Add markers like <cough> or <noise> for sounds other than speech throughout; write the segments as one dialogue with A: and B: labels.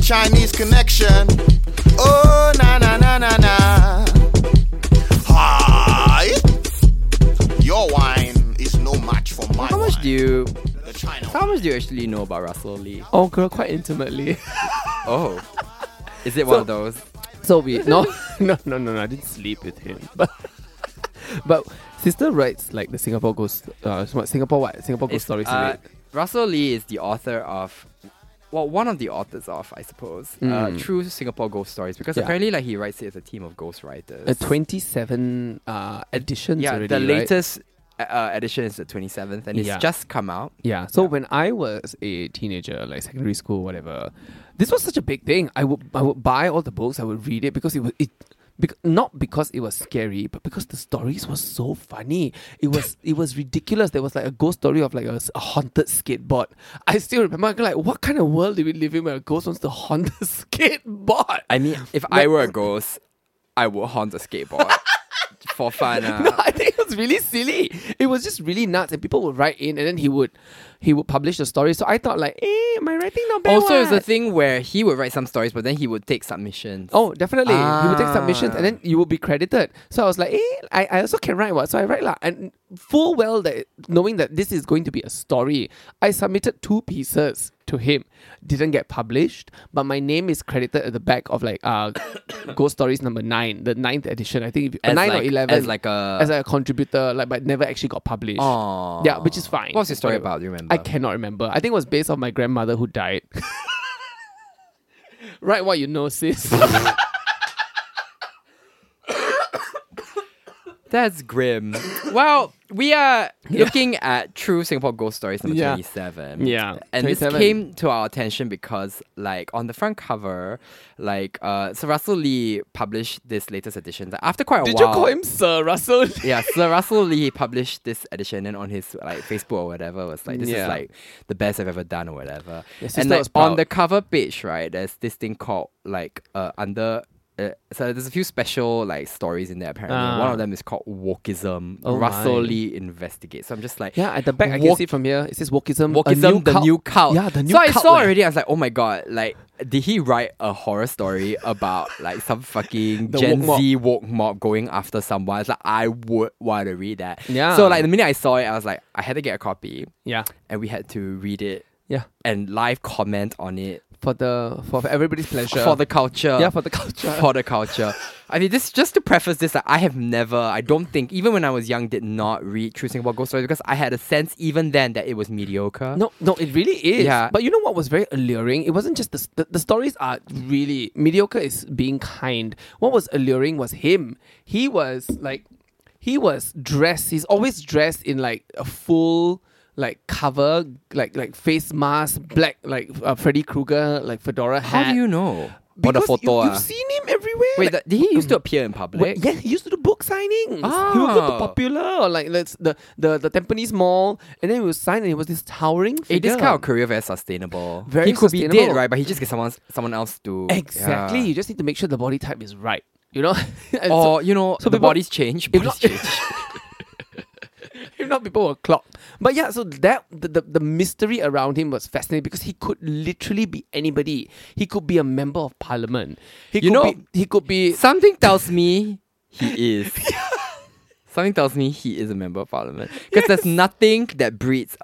A: Chinese connection. Oh, na na na na na. Hi. Your wine is no match for my
B: How much
A: wine.
B: do you
A: The China
B: how much do you actually know about Russell Lee?
C: Oh, girl, quite <laughs> intimately.
B: Oh. Is it one of those?
C: So
B: <laughs>
C: we no no no no no. I didn't sleep with him, <laughs> but but sister writes like the Singapore ghost. Uh, what Singapore what Singapore ghost
B: It's,
C: stories.
B: uh,
C: in it.
B: Russell Lee is the author of well, one of the authors of, I suppose, uh,
C: Mm.
B: true Singapore ghost stories. Because
C: Yeah.
B: apparently, like he writes it as a team of ghost writers.
C: Uh, twenty-seven uh, editions.
B: yeah,
C: already,
B: the
C: right?
B: latest uh, edition is the twenty seventh, and it's
C: Yeah.
B: just come out.
C: Yeah. So
B: Yeah.
C: when I was a teenager, like secondary school, whatever, this was such a big thing. I would I would buy all the books. I would read it because it was it. bec- not because it was scary, but because the stories were so funny. It
B: <laughs>
C: was it was ridiculous. There was like a ghost story of like a, s- a haunted skateboard. I still remember I'm like what kind of world do we live in where a ghost wants to haunt a <laughs> skateboard?
B: I mean, <laughs> if I were a ghost, I would haunt a skateboard <laughs> for fun. ah.
C: <laughs> No, I think it was really silly. It was just really nuts, and people would write in, and then he would he would publish the story. So I thought like, eh, my writing not bad.
B: Also, it's
C: what?
B: a thing where he would write some stories, but then he would take submissions.
C: Oh, definitely. You would take submissions
B: Ah.
C: and then you will be credited. So I was like, eh, I, I also can write what? So I write lah. And full well that knowing that this is going to be a story, I submitted two pieces to him. Didn't get published, but my name is credited at the back of like uh <coughs> Ghost Stories number nine, the ninth edition. I think if, uh,
B: As
C: nine
B: like,
C: or eleven.
B: As like a.
C: as a contributor, like but never actually got published.
B: Aw.
C: Yeah, which is fine.
B: What was the story
C: Whatever.
B: about? Do you remember?
C: I cannot remember. I think it was based on my grandmother who
B: <laughs>
C: died. <laughs> right what you know,
B: <laughs>
C: sis.
B: That's
C: <laughs>
B: grim. well, we are looking at True Singapore Ghost Stories number
C: Yeah.
B: 27.
C: Yeah,
B: And this
C: 27.
B: came to our attention because, like, on the front cover, like, uh, Sir Russell Lee published this latest edition. Like, after quite a
C: Did
B: while.
C: you call him Sir Russell?
B: yeah, Sir Russell <laughs> Lee published this edition and on his like Facebook or whatever was like this is
C: Yeah.
B: like the best I've ever done or whatever.
C: sister
B: and like,
C: was
B: on
C: proud.
B: the cover page, right, there's this thing called like uh under uh, so there's a few special like stories in there apparently.
C: Ah.
B: One of them is called Wokism.
C: Oh
B: Russell
C: my.
B: Lee investigates. So I'm just like
C: Yeah, at the back I can
B: Wok-
C: see from here. It says Wokism. a
B: Wokism, the
C: cult.
B: new cult.
C: Yeah, the new
B: So I
C: cult,
B: saw
C: like-
B: already. I was like, oh my god, like, did he write a horror story about like some fucking
C: The
B: Gen
C: woke mob.
B: Z woke mob going after someone? It's like I would want to read that.
C: Yeah.
B: So like the minute I saw it, I was like, I had to get a copy,
C: Yeah,
B: and we had to read it
C: yeah.
B: and live comment on it
C: For the for, for everybody's pleasure.
B: for the culture.
C: yeah for the culture.
B: For the culture. I mean, this just to preface this, like, I have never, I don't think, even when I was young, did not read True Singapore Ghost Stories because I had a sense even then that it was mediocre.
C: <laughs> no, no, it really is.
B: Yeah.
C: But you know what was very alluring? It wasn't just the, s- the the stories are really mediocre. Is being kind. What was alluring was him. He was like, he was dressed. He's always dressed in like a full like cover, like like face mask, black like uh, Freddy Krueger like fedora hat.
B: How do you know?
C: Because
B: or the photo.
C: you,
B: ah.
C: have seen Um, him everywhere.
B: Wait, th-
C: like,
B: did he used to appear in public?
C: Wait, yeah, he used to do book signings. He would go to
B: Oh.
C: Popular or like let's the, the the Tampines Mall, and then he would sign, and he was this towering
B: Hey,
C: figure.
B: this kind of career very sustainable.
C: Very
B: he could be dead,
C: sustainable.
B: right? But he just gets someone someone else to
C: exactly.
B: Yeah. Oh.
C: You just need to make sure the body type is right. You know, <laughs> And
B: Or you know,
C: so
B: the
C: people-
B: bodies change.
C: If
B: Bodies
C: not-
B: change.
C: <laughs> so, if not, people were clocked. But yeah, so that the, the the mystery around him was fascinating because he could literally be anybody. He could be a member of parliament. He
B: You
C: could
B: know-
C: be, he could be
B: Something tells me he is. <laughs> Something tells me he is a member of parliament because there's nothing that breeds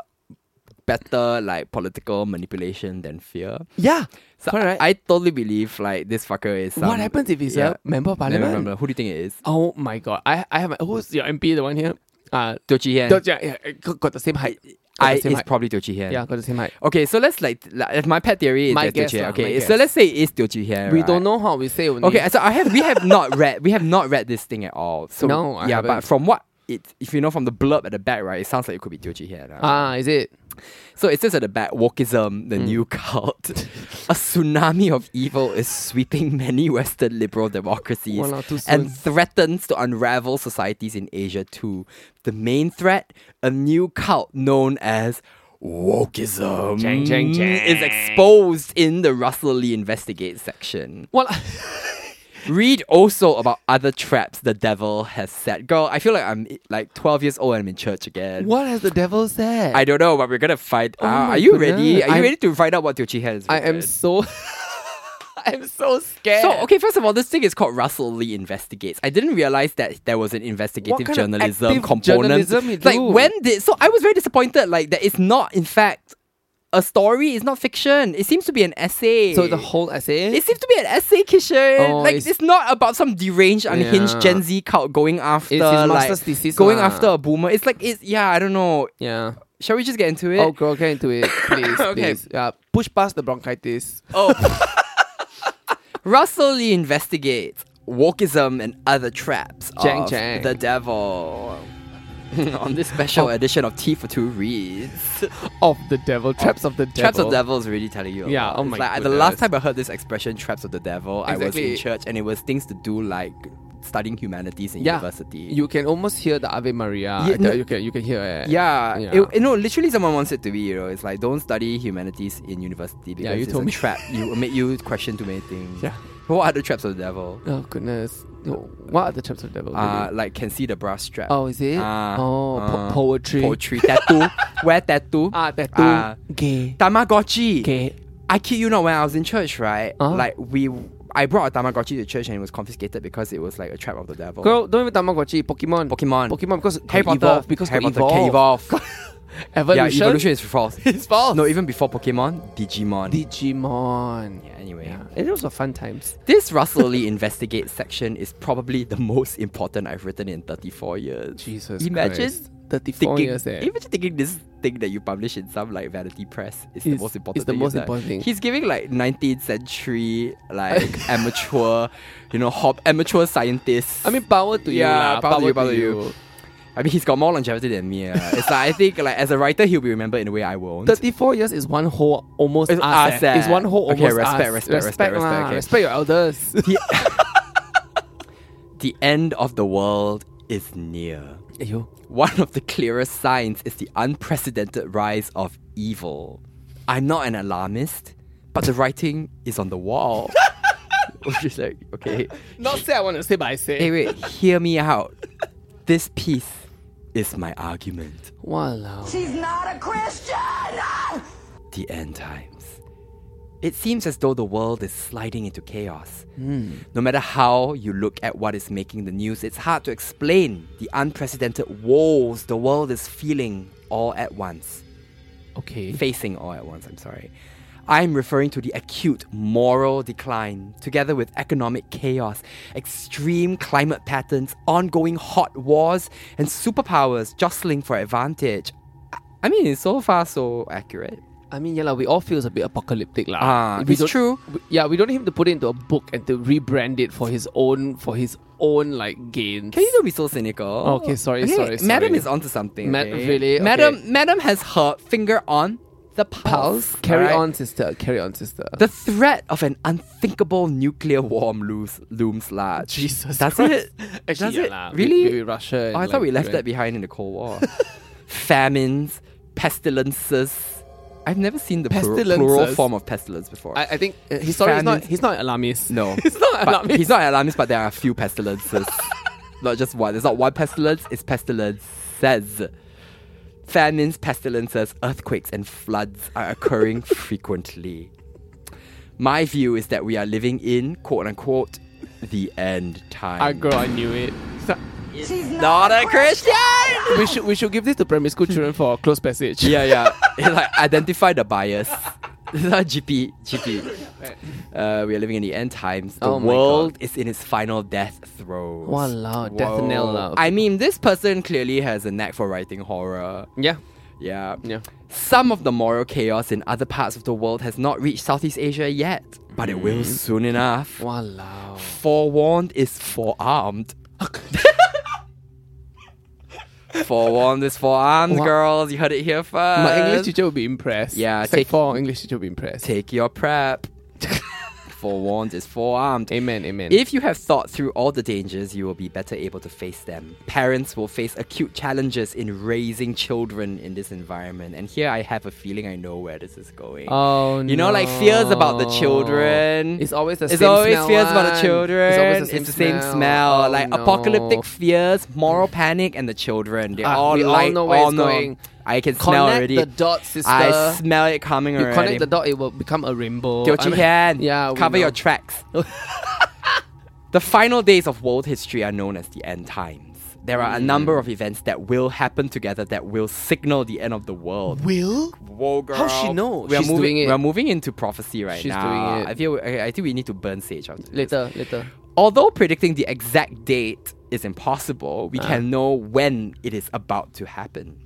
B: better like political manipulation than fear.
C: yeah.
B: So
C: Correct.
B: I, I totally believe like this fucker is. Some,
C: what happens if he's
B: yeah.
C: a member of
B: I never
C: parliament?
B: remember. Who do you think it is?
C: Oh my god! I I have a, who's your MP? The one here. Uh,
B: Teo Chee Hean.
C: Don't- yeah, yeah, I got, got the same height. Got
B: I
C: the same
B: it's
C: height.
B: probably Teo Chee Hean.
C: yeah, got the same height.
B: Okay, so let's like, like if my pet theory is
C: My
B: that Teo
C: guess
B: Chee Hean.
C: lah,
B: Okay,
C: my
B: so
C: guess.
B: let's say it's Teo Chee Hean.
C: We
B: right?
C: don't know how we say. Only.
B: Okay, so I have we have not <laughs> read we have not read this thing at all. So
C: No, I
B: yeah, but
C: haven't.
B: from what it if you know from the blurb at the back, right, it sounds like it could be Teo Chee Hean. right?
C: ah, is it?
B: So it says at the back, wokeism,
C: Mm.
B: the new <laughs> cult. a tsunami of evil is sweeping many Western liberal democracies
C: Walao, too soon.
B: and threatens to unravel societies in Asia too. The main threat, a new cult known as wokeism,
C: Chang, chang, chang.
B: is exposed in the Russell Lee Investigate section.
C: Well,
B: Read also about other traps the devil has set. Girl, I feel like I'm like 12 years old and I'm in church again.
C: <laughs> what has the devil said?
B: I don't know, but we're gonna find out.
C: Oh my
B: Are you
C: goodness.
B: ready? Are you
C: I'm-
B: ready to find out what Teo Chee Hean is?
C: I am
B: written?
C: so. <laughs> I'm so scared.
B: So okay, first of all, this thing is called Russell Lee investigates. I didn't realize that there was an investigative
C: kind of
B: journalism
C: active
B: component.
C: journalism you
B: like
C: do?
B: when did so I was very disappointed. Like that it's not in fact a story. It's not fiction. It seems to be an essay.
C: So the whole essay.
B: it seems to be an essay, Kishan.
C: Oh,
B: like it's,
C: it's-
B: not about some deranged, unhinged
C: Yeah.
B: Gen Z cult going after
C: his
B: like
C: master's thesis
B: going
C: lah.
B: after a boomer. It's like it's yeah. I don't know.
C: yeah.
B: Shall we just get into it?
C: Oh, girl, get into
B: <laughs>
C: it, please.
B: Okay.
C: Please. Yeah. Push past the bronchitis.
B: Oh. <laughs> Russell Lee investigates wokeism and other traps
C: Chang
B: of
C: Chang.
B: the devil. on this special edition of Tea for Two <laughs> Reads,
C: Of the devil. Traps of the devil.
B: traps of devil is really telling you. a
C: Yeah,
B: lot.
C: oh
B: It's
C: my
B: like, The last
C: goodness.
B: time I heard this expression, traps of the devil, I was in
C: Exactly.
B: church, and it was things to do like studying humanities in
C: Yeah.
B: university.
C: You can almost hear the Ave Maria.
B: Yeah, no-
C: you can you can hear it.
B: yeah,
C: Yeah.
B: It, you know, literally, someone wants it to be. You know, it's like don't study humanities in university because
C: you
B: it's
C: told
B: a
C: me.
B: trap. You it'll make you question too many <laughs> things.
C: Yeah.
B: What are the traps of the devil?
C: Oh goodness. Oh, What are the traps of the devil?
B: Uh,
C: really?
B: like can see the brass strap.
C: oh, is it?
B: Ah,
C: oh, po-
B: ah,
C: poetry.
B: Poetry
C: <laughs>
B: tattoo. Wear tattoo.
C: Ah, tattoo.
B: Ah.
C: gay.
B: Tamagotchi.
C: Gay.
B: I kid you not. When I was in church, right?
C: Ah.
B: Like we, I brought a Tamagotchi to church and it was confiscated because it was like a trap of the devil.
C: Girl, don't even Tamagotchi. Pokemon.
B: Pokemon.
C: Pokemon because
B: Harry
C: can
B: Potter.
C: evolve. Because
B: Harry
C: can
B: Potter can
C: evolve. <laughs>
B: evolve. yeah,
C: Evolution.
B: evolution is false.
C: <laughs> It's false.
B: No, even before Pokemon, Digimon.
C: Digimon.
B: yeah, anyway.
C: Yeah. And those were fun times.
B: <laughs> This Russell Lee investigates section is probably the most important I've written in 34 years.
C: Jesus
B: Imagine
C: Christ. 34
B: thinking,
C: years eh?
B: imagine thinking this thing that you publish in some like vanity press is the
C: It's-
B: most important.
C: it's the
B: thing
C: most
B: you've done.
C: important thing.
B: He's giving like 19th century like
C: <laughs>
B: amateur, you know, hop amateur scientists.
C: I mean, power to you.
B: Yeah,
C: lah,
B: power to you, power to you. I mean, he's got more longevity than me. ah. It's like I think <laughs> like as a writer, he'll be remembered in a way I won't.
C: 34 years is one whole almost
B: It's
C: us.
B: us,
C: eh.
B: eh.
C: It's one whole
B: Okay,
C: almost
B: respect,
C: us.
B: respect, respect,
C: lah.
B: respect, okay.
C: respect your elders.
B: the end of the world is near. <laughs>
C: Ayo.
B: One of the clearest signs is the unprecedented rise of evil. I'm not an alarmist, but the writing is on the wall. Which is Oh, like, okay.
C: Not say I want to say, but I say.
B: Hey, wait, hear me out. This piece is my argument.
C: Walao.
D: She's not a Christian!
B: The end times. It seems as though the world is sliding into chaos. No matter how you look at what is making the news, it's hard to explain the unprecedented woes the world is feeling all at once.
C: Okay.
B: facing all at once, I'm sorry. I'm referring to the acute moral decline, together with economic chaos, extreme climate patterns, ongoing hot wars, and superpowers jostling for advantage. I- I mean, it's so far so accurate.
C: I mean, yeah, lah. we all feels a bit apocalyptic, lah.
B: Ah,
C: We
B: it's
C: don't-
B: true.
C: we- yeah, we don't have to put it into a book and to rebrand it for his own, for his own like gains.
B: Can you don't be so cynical?
C: Okay, sorry, sorry, sorry.
B: Madam is onto something.
C: Ma-
B: okay?
C: really? Okay.
B: Madam, Madam has her finger on the pulse.
C: pals? Carry
B: alright?
C: on, sister. Carry on, sister.
B: The threat of an unthinkable nuclear war looms, looms large.
C: <laughs> Jesus
B: Does
C: Christ.
B: it?
C: Actually,
B: Does
C: yeah
B: it?
C: lah. We-
B: Really?
C: we- we Russia and,
B: oh, I
C: like,
B: thought we left
C: UN.
B: that behind in the Cold War.
C: <laughs>
B: Famines, pestilences. I've never seen the plur- plural
C: Pestilences?
B: form of pestilence before.
C: I, I think uh, he's sorry. He's not.
B: Famine.
C: He's not an alarmist.
B: no.
C: <laughs> he's not an
B: But
C: alarmist.
B: He's not an alarmist, but there are a few pestilences. not just one. It's not one pestilence, it's pestilences. Famines, pestilences, earthquakes, and floods are occurring frequently. My view is that we are living in, quote unquote, the end time.
C: I girl, I knew it. So-
D: She's
B: Not a Christian!
C: we should we should give this to primary school children for close passage.
B: yeah, yeah. It's like identify the bias. <laughs> This is our GP. GP. Uh, we are living in the end times. The
C: Oh my
B: world is in its final death throes.
C: Walao, death
B: Whoa.
C: knell lah.
B: I mean, this person clearly has a knack for writing horror.
C: Yeah.
B: Yeah.
C: Yeah.
B: Some of the moral chaos in other parts of the world has not reached Southeast Asia yet, but it will
C: Mm.
B: soon enough.
C: Walao.
B: Forewarned is
C: <laughs>
B: forearmed. forewarned is forearmed,
C: Wha-
B: girls. You heard it here first.
C: My English teacher will be impressed.
B: Uh, Yeah,
C: Sec
B: take-
C: four English teacher will be impressed.
B: take your
C: <laughs>
B: prep. Forewarned is forearmed.
C: Amen. Amen.
B: If you have thought through all the dangers, you will be better able to face them. Parents will face acute challenges in raising children in this environment. And here I have a feeling I know where this is going.
C: Oh,
B: you know, like fears about the children.
C: It's always the
B: it's
C: same
B: always
C: smell
B: fears about
C: one.
B: the children.
C: It's always the same smell.
B: smell.
C: Oh,
B: like
C: no. <laughs>
B: apocalyptic fears, moral panic, and the children. They
C: Ah,
B: all
C: we all
B: like
C: know where
B: all
C: it's
B: know.
C: going.
B: I can smell
C: Connect
B: already.
C: the dots, sister.
B: I smell it coming
C: you
B: already.
C: connect the dot, it will become a rainbow.
B: Teo Chee
C: I mean-
B: Hean,
C: <laughs> Yeah. we
B: cover your
C: know. <laughs>
B: tracks. the final days of world history are known as the end times. There are a number
C: Mm.
B: of events that will happen together that will signal the end of the world.
C: Will?
B: Whoa, girl.
C: How's she know?
B: We're
C: She's
B: moving,
C: doing it.
B: We're moving into prophecy right
C: She's
B: now.
C: doing it.
B: I feel. I, I think we need to burn sage after this.
C: Later, later.
B: Although predicting the exact date is impossible,
C: Ah.
B: we can know when it is about to happen.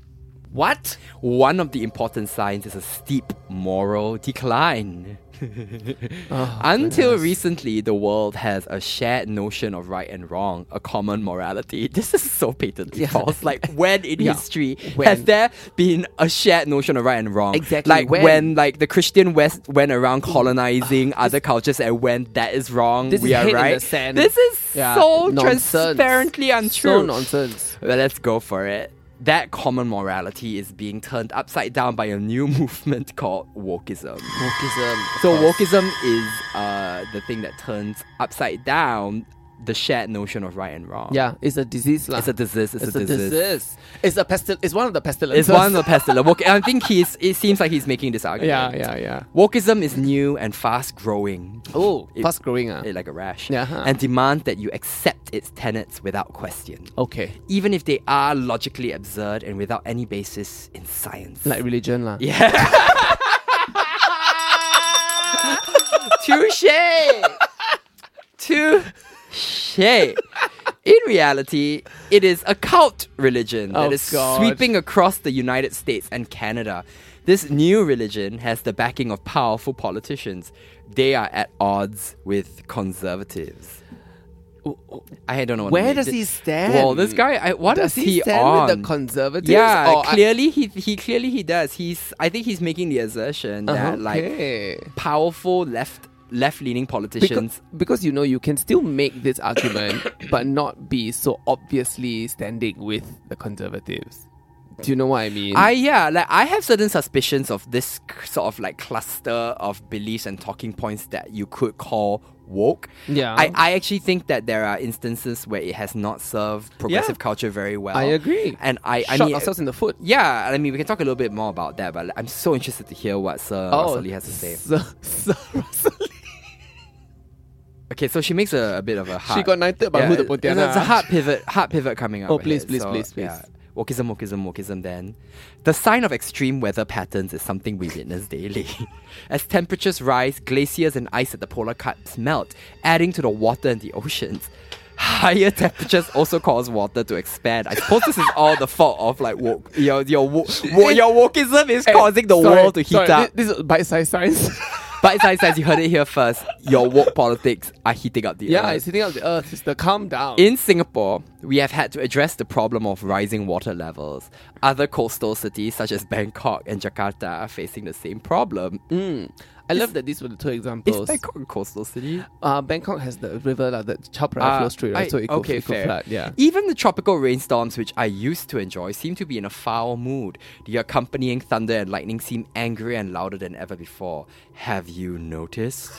C: What?
B: One of the important signs is a steep moral
C: <laughs>
B: decline. <laughs>
C: Oh,
B: Until recently, the world has a shared notion of right and wrong, a common morality. <laughs> This is so patently false. Like, when in
C: <laughs> Yeah.
B: history has
C: When?
B: there been a shared notion of right and wrong?
C: Exactly,
B: Like when,
C: when?
B: like the Christian West went around colonizing
C: Ah.
B: other cultures, and when that is wrong,
C: This
B: we
C: is
B: are
C: head in the
B: right.
C: sand.
B: This is
C: Yeah,
B: so
C: nonsense.
B: transparently untrue.
C: So nonsense.
B: Well, let's go for it. That common morality is being turned upside down by a new <laughs> movement called wokeism.
C: Wokeism. of
B: So
C: course.
B: wokeism is uh, the thing that turns upside down the shared notion of right and wrong.
C: Yeah, it's a disease. lah.
B: It's a disease. It's,
C: It's
B: a, disease.
C: It's a pestil. It's one of the
B: It's
C: pestilences.
B: one of
C: <laughs>
B: the pestilence. Woke- I think he's. It seems like he's making this argument.
C: Yeah, yeah, yeah.
B: Wokeism is new and fast growing.
C: Oh,
B: It-
C: fast growing. ah.
B: eh, like a rash.
C: Yeah, huh.
B: And demand that you accept its tenets without question.
C: Okay.
B: even if they are logically absurd and without any basis in science.
C: Like religion lah.
B: yeah. Touche. <laughs> Touche. In reality, it is a cult religion that
C: Oh,
B: is
C: God.
B: sweeping across the United States and Canada. This new religion has the backing of powerful politicians. They are at odds with conservatives.
C: Oh,
B: I don't know. What to
C: Where
B: make
C: does
B: this-
C: he stand?
B: Well, this guy. I, what
C: Does
B: is
C: he stand
B: on?
C: with the conservatives?
B: Yeah,
C: Or I-
B: clearly he he clearly he does. He's I think he's making the assertion that
C: Okay.
B: like powerful left left leaning politicians.
C: Because, because you know you can still make this argument,
B: <coughs>
C: but not be so obviously standing with the conservatives. Do you know what I mean?
B: I yeah, like I have certain suspicions of this c- sort of like cluster of beliefs and talking points that you could call woke.
C: Yeah.
B: I, I actually think that there are instances where it has not served progressive
C: Yeah.
B: culture very well.
C: Oh. I agree.
B: And I
C: shot
B: I mean
C: ourselves in the foot.
B: yeah, I mean we can talk a little bit more about that, but like, I'm so interested to hear what Sir Russell Lee Oh, has to
C: <laughs>
B: say.
C: Sir, Sir Russell Lee.
B: Okay, so she makes a, a bit of a hard.
C: She got knighted by Huda
B: it-
C: Pontianak.
B: It's a hard pivot, hard pivot coming up.
C: Oh, please,
B: ahead,
C: please,
B: so,
C: please, please.
B: Yeah. Wokism, wokism, wokism then. The sign of extreme weather patterns is something we witness daily. <laughs> As temperatures rise, glaciers and ice at the polar caps melt, adding to the water in the oceans. <laughs> Higher temperatures also cause water to expand. I suppose this is all the fault of like woke. Your your wo- wo- your wokism is <laughs> causing the
C: Sorry,
B: world to heat
C: sorry,
B: up.
C: This, this is bite-sized science. <laughs>
B: But it's says you heard it here first. Your woke politics are heating up the
C: yeah,
B: earth.
C: it's hitting up the earth. Sister, calm down.
B: In Singapore, we have had to address the problem of rising water levels. Other coastal cities, such as Bangkok and Jakarta, are facing the same problem.
C: Mm. I love that these were the two
B: Is
C: examples.
B: Bangkok a coastal city?
C: Uh, Bangkok has the river like, that Chapra
B: Ah,
C: flows through, right?
B: I-
C: so it could,
B: okay,
C: it could
B: fair.
C: flood. Yeah.
B: Even the tropical rainstorms, which I used to enjoy, seem to be in a foul mood. The accompanying thunder and lightning seem angrier and louder than ever before. Have you noticed?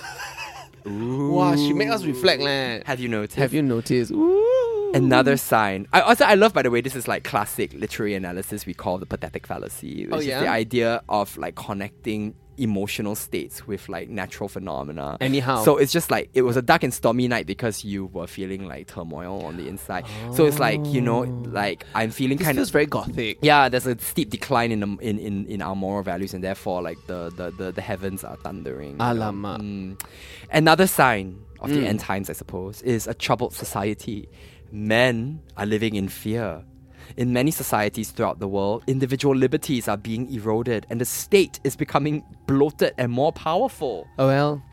C: Wow, she make us reflect, leh.
B: Have you noticed?
C: Have you noticed? Ooh.
B: Another sign. I also I love by the way, this is like classic literary analysis we call the pathetic fallacy, which
C: Oh,
B: is
C: yeah?
B: the idea of like connecting emotional states with like natural phenomena.
C: Anyhow.
B: So it's just like it was a dark and stormy night because you were feeling like turmoil on the inside. So it's like, you know, like I'm feeling
C: Oh. This
B: kind
C: feels
B: of
C: very gothic.
B: yeah, there's a steep decline in, the, in in in our moral values, and therefore, like the the the, the heavens are thundering. you know.
C: Alamak. Mm.
B: Mm. Another sign of the end times, I suppose, is a troubled society. Men are living in fear. In many societies throughout the world, individual liberties are being eroded, and the state is becoming bloated and more powerful.
C: Oh, well.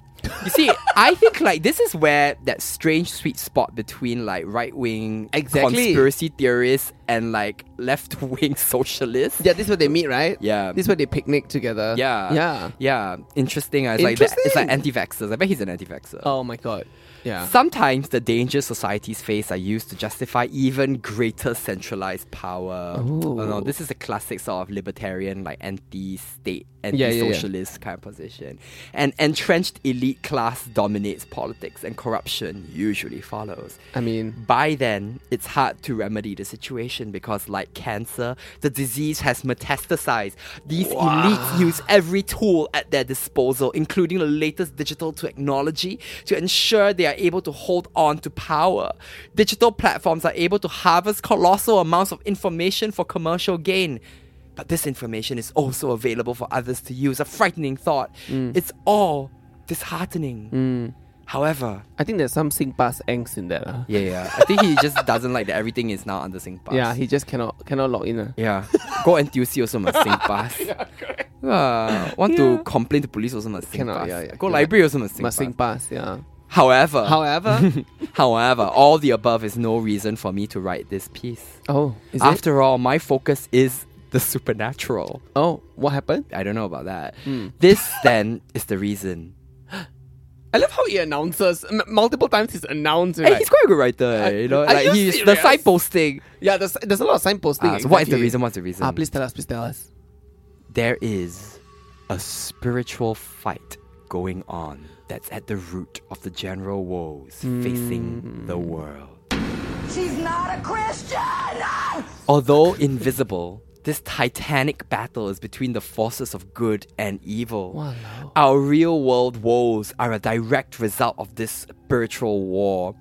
B: You see,
C: <laughs>
B: I think like this is where that strange sweet spot between like right wing
C: Exactly.
B: conspiracy theorists and like left wing <laughs> socialists.
C: Yeah, this is where they meet, right?
B: Yeah.
C: This is where they picnic together.
B: Yeah.
C: Yeah.
B: Yeah. Interesting. uh, It's like the- it's like
C: Interesting.
B: anti-vaxxers. I bet he's an anti-vaxxer.
C: Oh, my God. Yeah.
B: Sometimes the dangers societies face are used to justify even greater centralized power. Oh, no, this is a classic sort of libertarian, like anti-state,
C: yeah, yeah.
B: anti-socialist kind of position. And entrenched elites elite class dominates politics and corruption usually follows.
C: I mean,
B: By then, it's hard to remedy the situation because, like cancer, the disease has metastasized. These elites use every tool at their disposal, including the latest digital technology, to ensure they are able to hold on to power. Digital platforms are able to harvest colossal amounts of information for commercial gain. But this information is also available for others to use. A frightening thought. It's all disheartening. However,
C: I think there's some Singpass angst in that. ah.
B: yeah, yeah. I think he just doesn't like that everything is now under SingPass.
C: Yeah, he just cannot cannot log in. ah.
B: yeah. Go NTUC also must SingPass. Ah, want to complain to police also must SingPass.
C: Cannot, yeah, yeah.
B: Go
C: Yeah.
B: library also must SingPass.
C: Must Singpass, yeah.
B: However,
C: <laughs> However,
B: however, all the above is no reason for me to write this piece.
C: <laughs> oh, is it?
B: After all, my focus is the supernatural.
C: Oh, what happened?
B: I don't know about that. This then is the reason.
C: I love how he announces m- multiple times. He's announced.
B: Hey,
C: right?
B: he's quite a good writer, eh, you know.
C: are
B: Like
C: you
B: he's the
C: serious?
B: side posting.
C: yeah, there's, there's a lot of signposting.
B: Ah, so what is the
C: exactly.
B: reason? What's the reason?
C: Ah, please tell us. Please tell us.
B: there is a spiritual fight going on that's at the root of the general woes facing the world.
D: She's not a Christian!
B: Although invisible, this titanic battle is between the forces of good and evil.
C: Walao.
B: Our real world woes are a direct result of this spiritual war.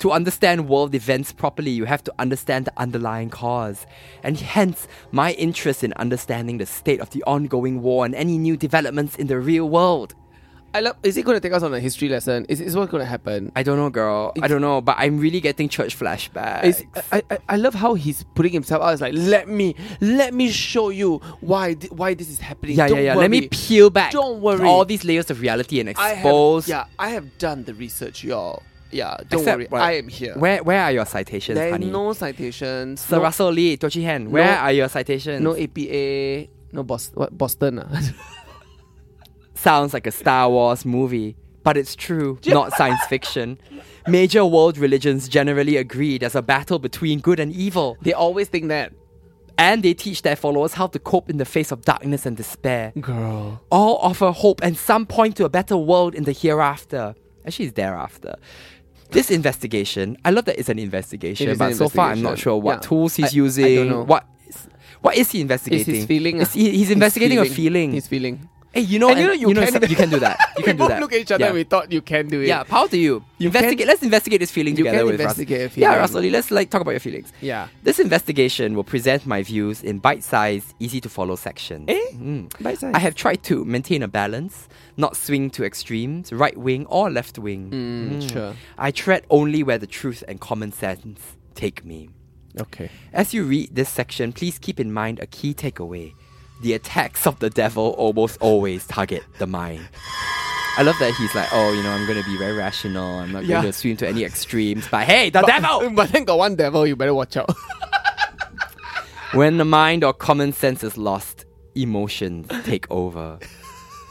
B: To understand world events properly, you have to understand the underlying cause. And hence, my interest in understanding the state of the ongoing war and any new developments in the real world.
C: I love. Is it going to take us on a history lesson? Is is what going to happen?
B: I don't know, girl. I don't know, but I'm really getting church
C: It's- uh,
B: flashbacks.
C: I, I, I love how he's putting himself out. It's like let me let me show you why thi- why this is happening.
B: yeah, yeah,
C: Don't
B: yeah.
C: Worry.
B: Let me peel back
C: Don't worry.
B: all these layers of reality and
C: I have,
B: expose.
C: yeah, I have done the research, y'all. Yeah, don't
B: Except,
C: worry.
B: right,
C: I am here.
B: Where where are your citations,
C: there are
B: honey?
C: no citations,
B: Sir
C: no,
B: Russell Lee, Tochi Hen, where are your citations?
C: no APA, no Bos- what, Boston. ah.
B: sounds like a Star Wars movie, but it's
C: <laughs>
B: true, not science fiction. Major world religions generally agree there's a battle between good and evil,
C: <laughs> they always think that.
B: and they teach their followers how to cope in the face of darkness and despair.
C: Girl.
B: All offer hope and some point to a better world in the hereafter. Actually, it's thereafter. This investigation, I love that it's an investigation,
C: It is
B: but
C: an
B: so far I'm not
C: investigation.
B: sure what
C: Yeah.
B: tools he's
C: I- I don't
B: using.
C: know.
B: What is, what is he investigating?
C: It's his feeling. ah.
B: Is he- he's investigating
C: His
B: a feeling.
C: His feeling.
B: hey, you know,
C: And you
B: and-
C: know, you can-
B: some- you can do that. You
C: <laughs> we
B: can do
C: both
B: that.
C: look at each other
B: Yeah.
C: and we thought you can do it.
B: Yeah, power to you. investigate. Let's investigate this feeling
C: You
B: together
C: can
B: with
C: investigate a
B: Russell.
C: feeling.
B: Yeah, Russell, let's like talk about your feelings.
C: Yeah.
B: This investigation will present my views in bite-sized, easy-to-follow sections.
C: Eh. Bite-sized.
B: Mm. I have tried to maintain a balance, not swing to extremes, right wing or left wing. Mm.
C: Sure.
B: I tread only where the truth and common sense take me.
C: Okay.
B: As you read this section, please keep in mind a key takeaway. The attacks of the devil almost always target the mind. I love that he's like, oh, you know, I'm going to be very rational. I'm not
C: Yeah.
B: going to swim to any extremes. But hey, the devil!
C: <laughs> But um, then got one devil, you better
B: <laughs>
C: watch out.
B: When the mind or common sense is lost,
C: <laughs>
B: emotions take over.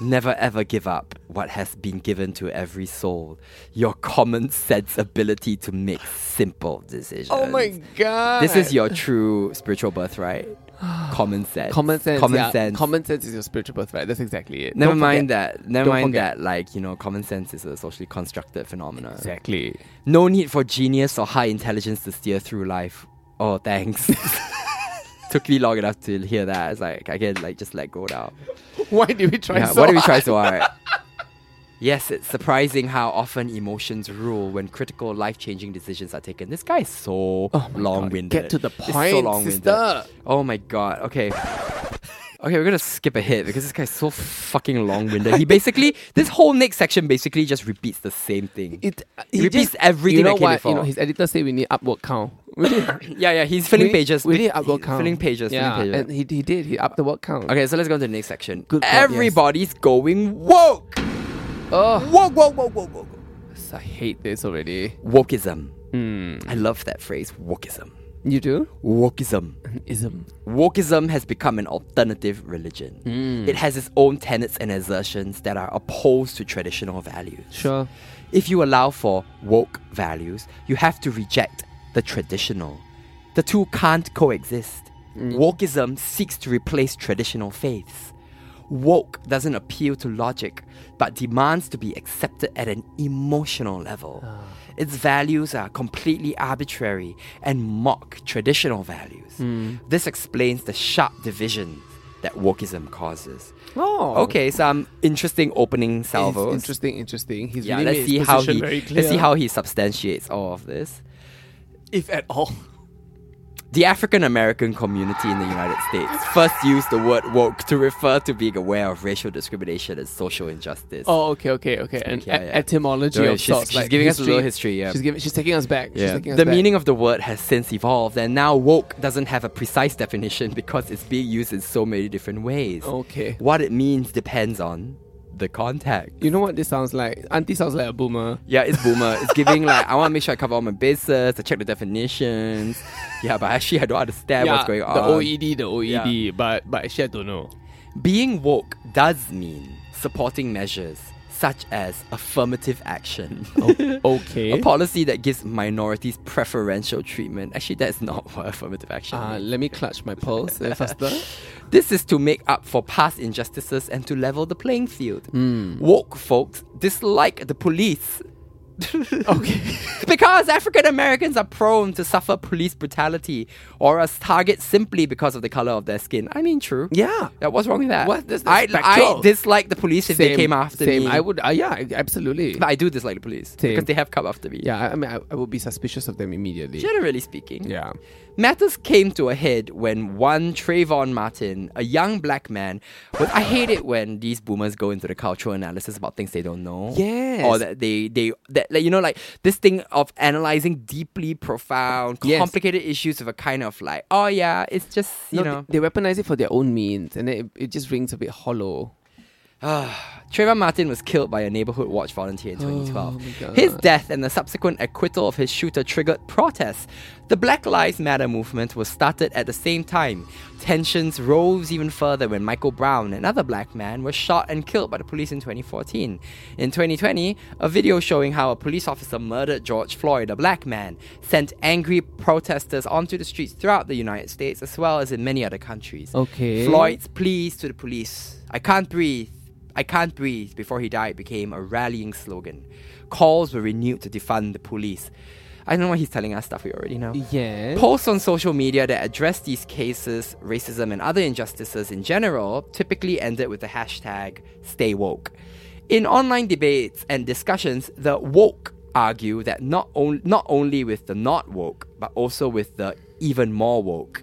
B: Never ever give up what has been given to every soul your common sense ability to make simple decisions.
C: oh my god.
B: This is your true spiritual
C: <sighs>
B: birthright. Common sense.
C: common sense.
B: Common
C: yeah.
B: sense.
C: Common sense is your spiritual birthright. That's exactly it.
B: Never
C: Don't
B: mind
C: forget.
B: that. Never
C: Don't
B: mind
C: forget.
B: that. Like you know, common sense is a socially constructed phenomenon.
C: Exactly. <laughs>
B: No need for genius or high intelligence to steer through life. Oh,
C: <laughs>
B: thanks. <laughs> Took me long enough to hear that. It's like I can like just let go now.
C: Why did we try
B: Yeah,
C: so
B: what do we try
C: hard? <laughs>
B: so hard? yes, it's surprising how often emotions rule when critical life-changing decisions are taken. This guy is so long-winded.
C: Oh Get to the
B: He's so
C: point,
B: long-winded.
C: sister.
B: Oh my god. Okay. Okay, we're gonna skip ahead because this guy's so fucking long-winded. He basically, this whole next section basically just repeats the same thing.
C: It, uh,
B: He repeats everything
C: you know
B: that came
C: what?
B: before.
C: You know, his editor said we need upward count. We need,
B: yeah, yeah, <laughs> he's filling
C: we need-
B: pages.
C: We need
B: He-
C: upward
B: he's
C: count.
B: Filling pages.
C: Yeah,
B: filling pages.
C: and he, he did. He upped the word count.
B: okay, so let's go on to the next section.
C: Good God, yes.
B: Everybody's going woke.
C: Oh,
B: Woke, woke, woke, woke, woke.
C: I hate this already.
B: Wokeism.
C: Hmm.
B: I love that phrase. Wokeism.
C: You do?
B: Wokeism.
C: Ism.
B: Wokeism has become an alternative religion.
C: Hmm.
B: It has its own tenets and assertions that are opposed to traditional values.
C: Sure.
B: If you allow for woke values, you have to reject the traditional. The two can't coexist. Wokeism seeks to replace traditional faiths. Woke doesn't appeal to logic, but demands to be accepted at an emotional level. Its values are completely arbitrary and mock traditional values. This explains the sharp divisions that wokeism causes.
C: Oh.
B: Okay, some interesting opening salvos.
C: Interesting, interesting. He's
B: Yeah,
C: really
B: let's
C: made
B: see
C: his
B: how
C: position
B: he
C: very
B: let's see
C: clear.
B: how he substantiates all of this.
C: if at all.
B: The African American community in the United States first used the word woke to refer to being aware of racial discrimination and social injustice.
C: Oh, okay, okay, okay. An
B: Yeah,
C: e-
B: yeah.
C: etymology
B: Don't worry,
C: of
B: she's-
C: sorts.
B: she's
C: like
B: giving us a little history, yeah.
C: she's giving. She's taking us back. She's taking us
B: The
C: back.
B: meaning of the word has since evolved, and now woke doesn't have a precise definition because it's being used in so many different ways.
C: Okay.
B: What it means depends on the context.
C: You know what this sounds like? Auntie sounds like a boomer.
B: Yeah, it's boomer. it's giving like I want to make sure I cover all my bases. I check the definitions. Yeah, but actually I don't understand what's going on.
C: The E OED, the OED, but but actually I don't know.
B: Being woke does mean supporting measures such as affirmative action.
C: Okay.
B: <laughs> A policy that gives minorities preferential treatment. Actually, that's not <laughs> what affirmative action
C: uh,
B: means.
C: let me clutch my pulse uh, faster.
B: This is to make up for past injustices and to level the playing field.
C: Hmm.
B: Woke folks dislike the police. <laughs> okay. because African Americans are prone to suffer police brutality or are target simply because of the color of their skin. I mean, true.
C: Yeah.
B: Yeah, what's wrong with that?
C: What? That's-
B: I,
C: that's
B: I
C: factual.
B: dislike the police if they came after
C: same.
B: me.
C: I would. Uh, yeah, I- absolutely.
B: But I do dislike the police
C: Same.
B: because they have come after me.
C: yeah, I, I mean, I, I would be suspicious of them immediately.
B: Generally speaking.
C: Yeah.
B: Matters came to a head when one Trayvon Martin, a young black man, was, I hate it when these boomers go into the cultural analysis about things they don't know.
C: Yes.
B: Or that they they that like, you know like this thing of analyzing deeply profound,
C: Yes.
B: complicated issues with a kind of like, oh yeah, it's just you
C: No,
B: know
C: they, they weaponize it for their own means, and then it, it just rings a bit hollow.
B: Trayvon Martin was killed by a neighborhood watch volunteer in 2012.
C: my God.
B: his death and the subsequent acquittal of his shooter triggered protests. The Black Lives Matter movement was started at the same time. Tensions rose even further when Michael Brown, another black man, was shot and killed by the police in 2014. In 2020, a video showing how a police officer murdered George Floyd, a black man, sent angry protesters onto the streets throughout the United States as well as in many other countries.
C: Okay.
B: Floyd's pleas to the police, I can't breathe, I can't breathe, before he died became a rallying slogan. Calls were renewed to defund the police. I don't know why he's telling us stuff we already know.
C: Yeah.
B: Posts on social media that address these cases, racism, and other injustices in general typically ended with the hashtag stay woke. In online debates and discussions, the woke argue that not, on- not only with the not woke, but also with the even more woke.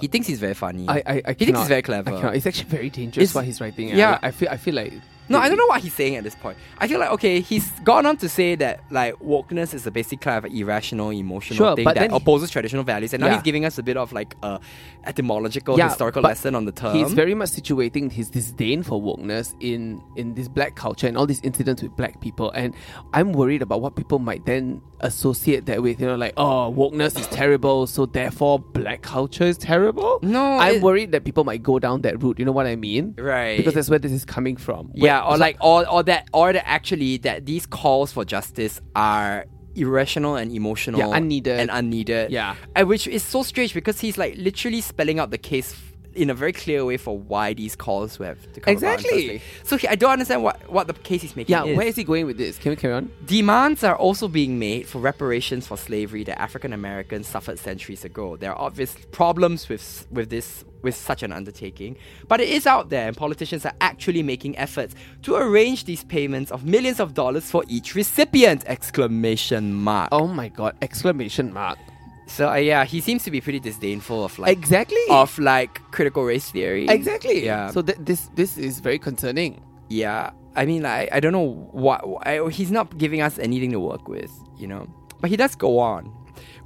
B: He thinks he's very funny.
C: I, I, I
B: he thinks
C: cannot-
B: he's very
C: I cannot.
B: clever.
C: It's actually very dangerous
B: It's-
C: what he's writing.
B: yeah.
C: I, I feel. I feel like.
B: No, I don't know what he's saying at this point. I feel like okay, he's gone on to say that like wokeness is a basic kind of irrational, emotional
C: Sure,
B: thing
C: but
B: that
C: then he-
B: opposes traditional values, and now
C: Yeah.
B: he's giving us a bit of like a etymological, historical
C: but
B: lesson on the term.
C: He's very much situating his disdain for wokeness in in this black culture and all these incidents with black people. And I'm worried about what people might then associate that with. You know, like oh, wokeness is terrible, so therefore black culture is terrible.
B: No,
C: I'm
B: it-
C: worried that people might go down that route. You know what I mean?
B: Right.
C: Because that's where this is coming from.
B: yeah, or like or or that or that actually that these calls for justice are irrational and emotional
C: Yeah, unneeded.
B: and unneeded.
C: Yeah.
B: And which is so strange because he's like literally spelling out the case f- in a very clear way for why these calls were to come about in the first
C: Exactly.
B: place. So he, I don't understand what, what the case he's making
C: Yeah,
B: is.
C: where is he going with this? Can we carry on?
B: Demands are also being made for reparations for slavery that African Americans suffered centuries ago. There are obvious problems with with this with such an undertaking, but it is out there and politicians are actually making efforts to arrange these payments of millions of dollars for each recipient exclamation mark.
C: Oh my god! Exclamation mark.
B: So uh, yeah, he seems to be pretty disdainful of like
C: Exactly.
B: of like critical race theory.
C: Exactly.
B: Yeah.
C: So th- this this is very concerning.
B: Yeah, I mean, like, I don't know what I, he's not giving us anything to work with, you know. But he does go on.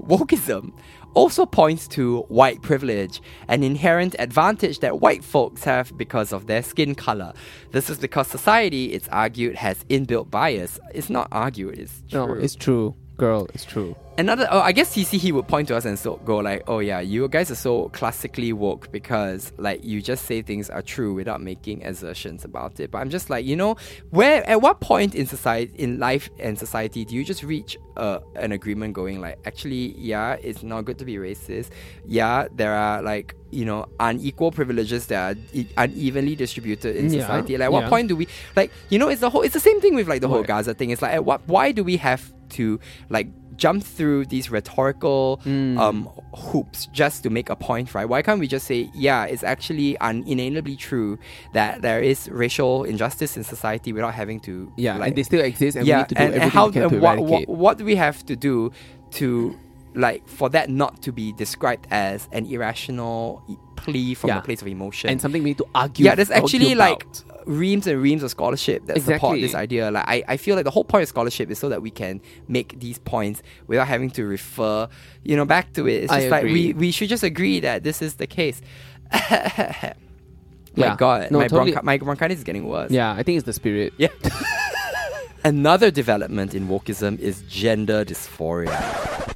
B: Wokeism also points to white privilege, an inherent advantage that white folks have because of their skin color. This is because society, it's argued, has inbuilt bias. It's not argued; it's true.
C: No, it's true. girl, it's true.
B: Another, oh, I guess CC he would point to us and so go like, "Oh yeah, you guys are so classically woke because like you just say things are true without making assertions about it." But I'm just like, you know, where at what point in society, in life and society, do you just reach uh, an agreement going like, actually, yeah, it's not good to be racist. Yeah, there are like you know unequal privileges that are e- unevenly distributed in
C: Yeah,
B: society. Like, at what
C: yeah.
B: point do we like you know it's the whole it's the same thing with like the whole
C: Right.
B: Gaza thing. It's like at what why do we have to like jump through these rhetorical
C: Hmm.
B: um hoops just to make a point, right? Why can't we just say, yeah, it's actually un- inalienably true that there is racial injustice in society without having to
C: Yeah,
B: like,
C: and they still exist, and we need to do everything we can to
B: and what,
C: eradicate.
B: what, what do we have to do to like for that not to be described as an irrational e- plea from
C: Yeah.
B: a place of emotion
C: and something we need to argue.
B: yeah, there's actually
C: argue
B: like oh
C: about.
B: reams and reams of scholarship that support
C: Exactly.
B: this idea. Like I, I feel like the whole point of scholarship is so that we can make these points without having to refer, you know, back to it. It's
C: I
B: just like we,
C: agree.
B: we should just agree that this is the case.
C: Yeah.
B: My God,
C: No,
B: my,
C: totally.
B: bronchi- my bronchitis is getting worse.
C: Yeah, I think it's the spirit.
B: Yeah. <laughs> Another development in wokeism is gender dysphoria.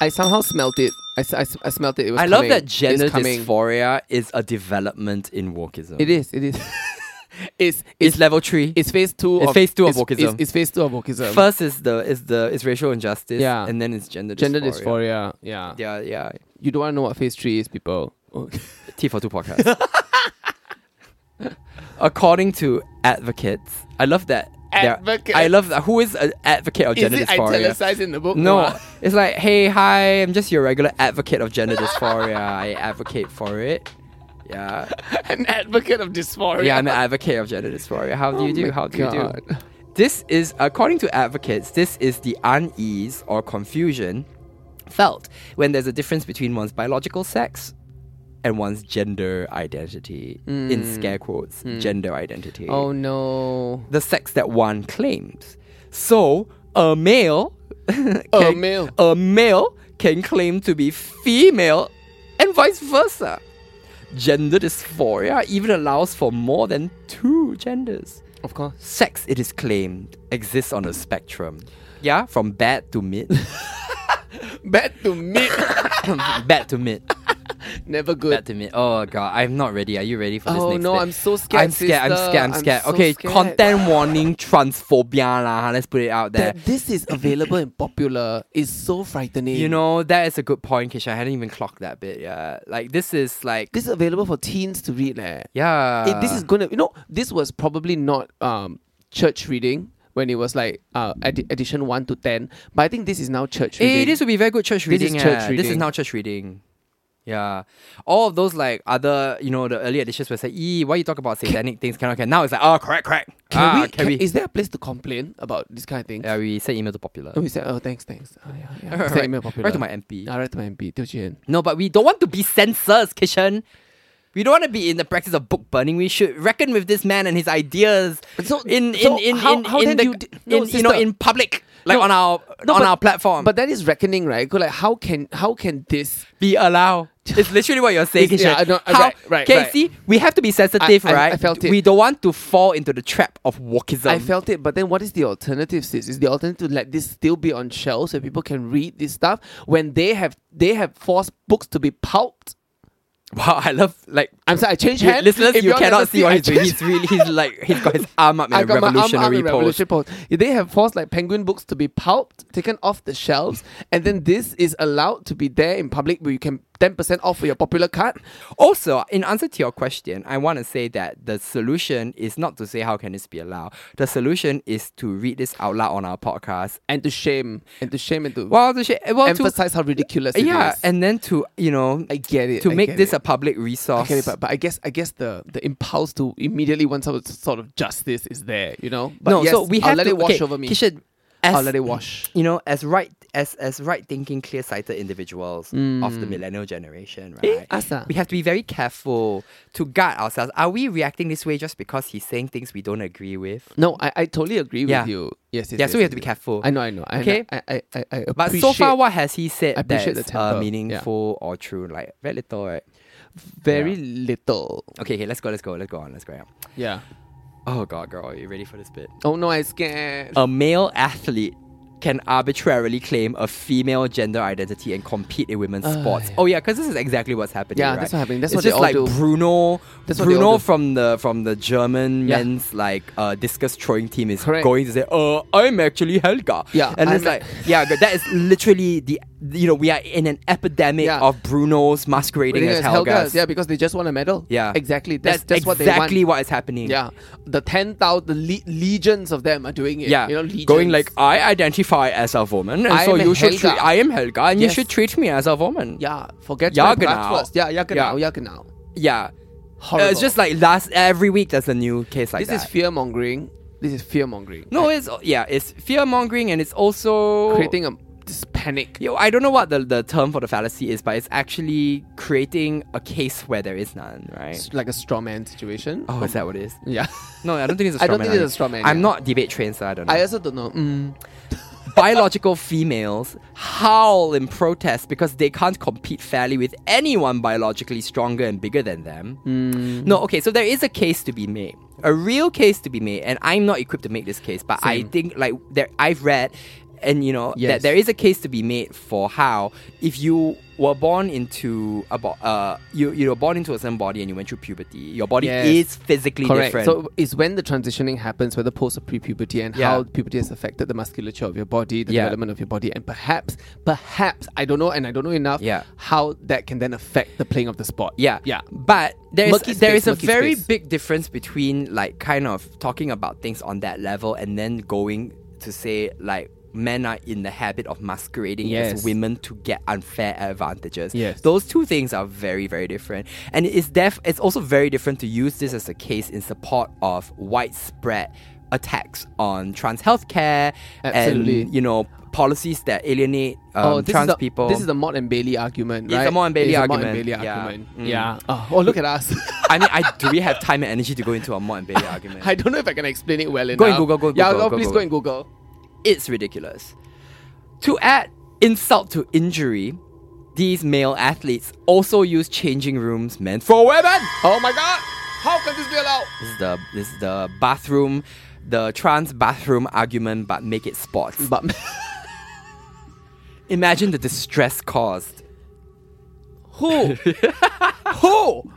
C: I somehow smelt it. I, s- I s- I smelt it. It was
B: I love
C: coming.
B: that
C: It's
B: gender
C: coming.
B: dysphoria is a development in wokeism.
C: It is.
B: <laughs>
C: It is. it's
B: It's level three.
C: it's phase two.
B: It's
C: of,
B: phase two of
C: it's-
B: wokeism.
C: It's, it's phase two of wokeism.
B: First is the is the is racial injustice,
C: Yeah.
B: and then it's gender dysphoria.
C: gender dysphoria. Yeah.
B: Yeah, yeah.
C: You don't want to know what phase three is, people. Oh. <laughs>
B: T for two podcast. <laughs> According to advocates, I love that. they're-
C: Advocates.
B: I love that. Who is an advocate of gender dysphoria?
C: in the book?
B: <laughs> no, it's like, hey, hi, I'm just your regular advocate of gender dysphoria. I advocate for it. Yeah,
C: an advocate of dysphoria.
B: yeah, I'm an advocate of gender dysphoria. How do you do?
C: Oh my
B: How do
C: God.
B: you do? This is, according to advocates, this is the unease or confusion felt when there's a difference between one's biological sex and one's gender identity. In scare quotes, gender identity.
C: Hmm. Oh no.
B: The sex that one claims. So, a
C: <laughs>
B: male. can-
C: male.
B: A male can claim to be female and vice versa. Gender dysphoria even allows for more than two genders
C: Of course.
B: sex, it is claimed, exists on a spectrum. Yeah, from bad to mid. <laughs>
C: Bad to mid.
B: bad to
C: <laughs>
B: mid.
C: <coughs> Never
B: Bad
C: good.
B: to mid. Oh god, I'm not ready. Are you ready for this
C: Oh,
B: next
C: no,
B: bit?
C: I'm so scared,
B: I'm scared, I'm
C: sister.
B: scared, I'm
C: I'm
B: scared.
C: so
B: okay,
C: scared.
B: content warning, transphobia lah. Let's put it out there.
C: That this is available and popular is so frightening.
B: you know, that is a good point, Kisha. I hadn't even clocked that bit yet. Like this is like
C: this is available for teens to read. Leh.
B: yeah.
C: It- this is gonna. You know, this was probably not um church reading when it was like uh edi- edition one to ten, but I think this is now church reading.
B: Eh, this would be very good church
C: This is
B: reading.
C: church
B: eh. This is
C: reading.
B: now church reading. Yeah. All of those like other, you know, the early editions were like, ee, why you talk about satanic things? Cannot can now it's like, oh correct, correct.
C: Can
B: ah,
C: we, can, Is there a place to complain about this kind of thing?
B: yeah, we sent email to popular. <laughs>
C: Oh, we said, oh, thanks, thanks. Oh, yeah, yeah. Send
B: Right-
C: email popular.
B: Right to my MP.
C: Yeah, write to my MP. Teo Chien.
B: No, but we don't want to be censors, Kishan. We don't want to be in the practice of book burning. We should reckon with this man and his ideas
C: So-
B: in in
C: so
B: in
C: how-
B: in,
C: how
B: in
C: then
B: the,
C: you d- no,
B: in, you know
C: sister.
B: in public, like
C: No,
B: on our
C: no,
B: on
C: but-
B: our platform.
C: But that is reckoning, right? 'Cause, Like, how can how can this?
B: be allowed. It's literally what you're saying.
C: It's- yeah,
B: Kishan.
C: I don't-
B: How,
C: right, right,
B: okay,
C: right.
B: see, we have to be sensitive,
C: I- I
B: right?
C: felt it.
B: We don't want to fall into the trap of wokeism.
C: I felt it, but then what is the alternative, sis? Is the alternative to let this still be on shelves so people can read this stuff when they have they have forced books to be pulped?
B: <laughs> wow, I love like.
C: I'm sorry, I changed
B: You,
C: hands.
B: listeners,
C: If
B: you
C: y'all never
B: cannot see what
C: I
B: he's doing.
C: changed-
B: He's really, he's like, he's got his arm
C: <laughs>
B: up in
C: I
B: a
C: got my arm
B: revolutionary
C: out in
B: pose.
C: revolutionary pose. They have forced like penguin books to be pulped, taken off the shelves, and then this is allowed to be there in public where you can ten percent off for your popular card.
B: Also, in answer to your question, I want to say that the solution is not to say how can this be allowed. The solution is to read this out loud on our podcast.
C: and to shame and to shame and to
B: Well, to, sh- well, to
C: emphasize how ridiculous it is.
B: yeah, and then to you know,
C: I get it.
B: to
C: I
B: make
C: get
B: this
C: it.
B: a public resource.
C: I get it, but, but I guess I guess the the impulse to immediately want some sort of justice is there, you know. But
B: no,
C: yes,
B: so we
C: I'll
B: have
C: let
B: to
C: it wash
B: okay,
C: over me.
B: Kishan,
C: I'll
B: as-
C: let it wash.
B: You know, as right as as right thinking, clear sighted individuals of the millennial generation, right?
C: Mm. Eh, Asa.
B: We have to be very careful to guard ourselves. Are we reacting this way just because he's saying things we don't agree with?
C: No, I, I totally agree
B: Yeah.
C: with you. Yes, yes.
B: Yeah,
C: yes,
B: so we have
C: yes,
B: to be
C: yes.
B: careful.
C: I know, I know. I,
B: Okay?
C: okay. I, I, I, I
B: But
C: appreciate
B: so far, what has he said
C: I appreciate
B: that's
C: the
B: uh,
C: temper, yeah.
B: meaningful or true? Like very little, right?
C: very little.
B: Okay, okay, let's go, let's go, let's go on, let's go on.
C: Yeah.
B: Oh god, girl, are you ready for this bit?
C: Oh no, I'm scared.
B: A male athlete can arbitrarily claim a female gender identity and compete in women's sports. Oh yeah, because this is exactly what's happening.
C: Ah, Yeah,
B: right?
C: that's what's happening. That's
B: it's
C: what they
B: just
C: all
B: like
C: do.
B: Bruno.
C: That's what they all
B: Bruno
C: do.
B: from the from the German
C: Yeah.
B: men's like uh, discus throwing team is
C: Correct.
B: going to say, "Uh, I'm actually Helga."
C: Yeah,
B: and it's
C: I'm-
B: like, yeah, but that is literally the you know we are in an epidemic
C: Yeah.
B: of Brunos masquerading
C: Everything
B: as
C: is Helgas.
B: Helgas.
C: Yeah, because they just want a medal.
B: Yeah.
C: exactly. That's, that's what they want.
B: exactly what is happening.
C: Yeah, the ten thousand, the le- legions of them are doing it.
B: Yeah,
C: you know, legions.
B: going like uh, I identify as a woman, and
C: I
B: so
C: am a
B: you should.
C: Helga."
B: Treat, I am Helga, and
C: Yes.
B: you should treat me as a woman.
C: yeah, forget
B: Ja,
C: my
B: genau.
C: breakfast. Yeah, yeah, genau, yeah,
B: Yeah.
C: genau.
B: yeah. Uh,
C: Horrible.
B: it's just like last every week. There's a new case like
C: this
B: that.
C: is fear mongering. This is fear mongering.
B: no, it's yeah, it's fear mongering, and it's also
C: creating a this panic.
B: Yo, I don't know what the, the term for the fallacy is, but it's actually creating a case where there is none, right?
C: It's like a straw man situation.
B: Oh, is that what it is? <laughs>
C: Yeah,
B: No, I don't think it's a
C: I
B: straw
C: don't
B: man.
C: think it's a straw man,
B: I'm
C: yeah.
B: not debate trained, so I don't know.
C: I also don't know. Mm.
B: biological females howl in protest because they can't compete fairly with anyone biologically stronger and bigger than them.
C: Hmm.
B: No, okay, so there is a case to be made. A real case to be made, and I'm not equipped to make this case, but I think like there I've read and you know
C: Yes.
B: that there is a case to be made for how if you were born into a bo- uh you you were born into a certain body and you went through puberty, your body
C: Yes.
B: is physically
C: Correct.
B: different.
C: So it's when the transitioning happens, whether post or pre-puberty, and
B: Yeah.
C: how puberty has affected the musculature of your body, the
B: Yeah.
C: development of your body, and perhaps, perhaps I don't know, and I don't know enough.
B: Yeah.
C: How that can then affect the playing of the sport.
B: Yeah. Um,
C: Yeah.
B: But there is
C: Murky
B: there
C: space,
B: is a
C: murky
B: very
C: space.
B: big difference between like kind of talking about things on that level and then going to say like men are in the habit of masquerading
C: Yes.
B: as women to get unfair advantages.
C: Yes.
B: Those two things are very, very different. And it's def it's also very different to use this as a case in support of widespread attacks on trans healthcare
C: Absolutely.
B: and you know policies that alienate um,
C: Oh, this
B: trans
C: is the,
B: people.
C: This is the Mott and Bailey argument,
B: It's
C: right?
B: the Mott and Bailey
C: It's the
B: argument.
C: Bailey
B: Yeah.
C: argument.
B: Mm.
C: Yeah. Oh, oh, look at us. <laughs>
B: I mean, I do we have time and energy to go into a more and Bailey argument?
C: I don't know if I can explain it well enough.
B: Go and Google, go and
C: Yeah,
B: Google,
C: oh,
B: go
C: please go,
B: Google.
C: and Google.
B: It's ridiculous. To add insult to injury, these male athletes also use changing rooms meant for women.
C: Oh my god! How can this be allowed?
B: This is the this is the bathroom, the trans bathroom argument, but make it sports.
C: <laughs> But
B: Imagine the distress caused. Who? Who?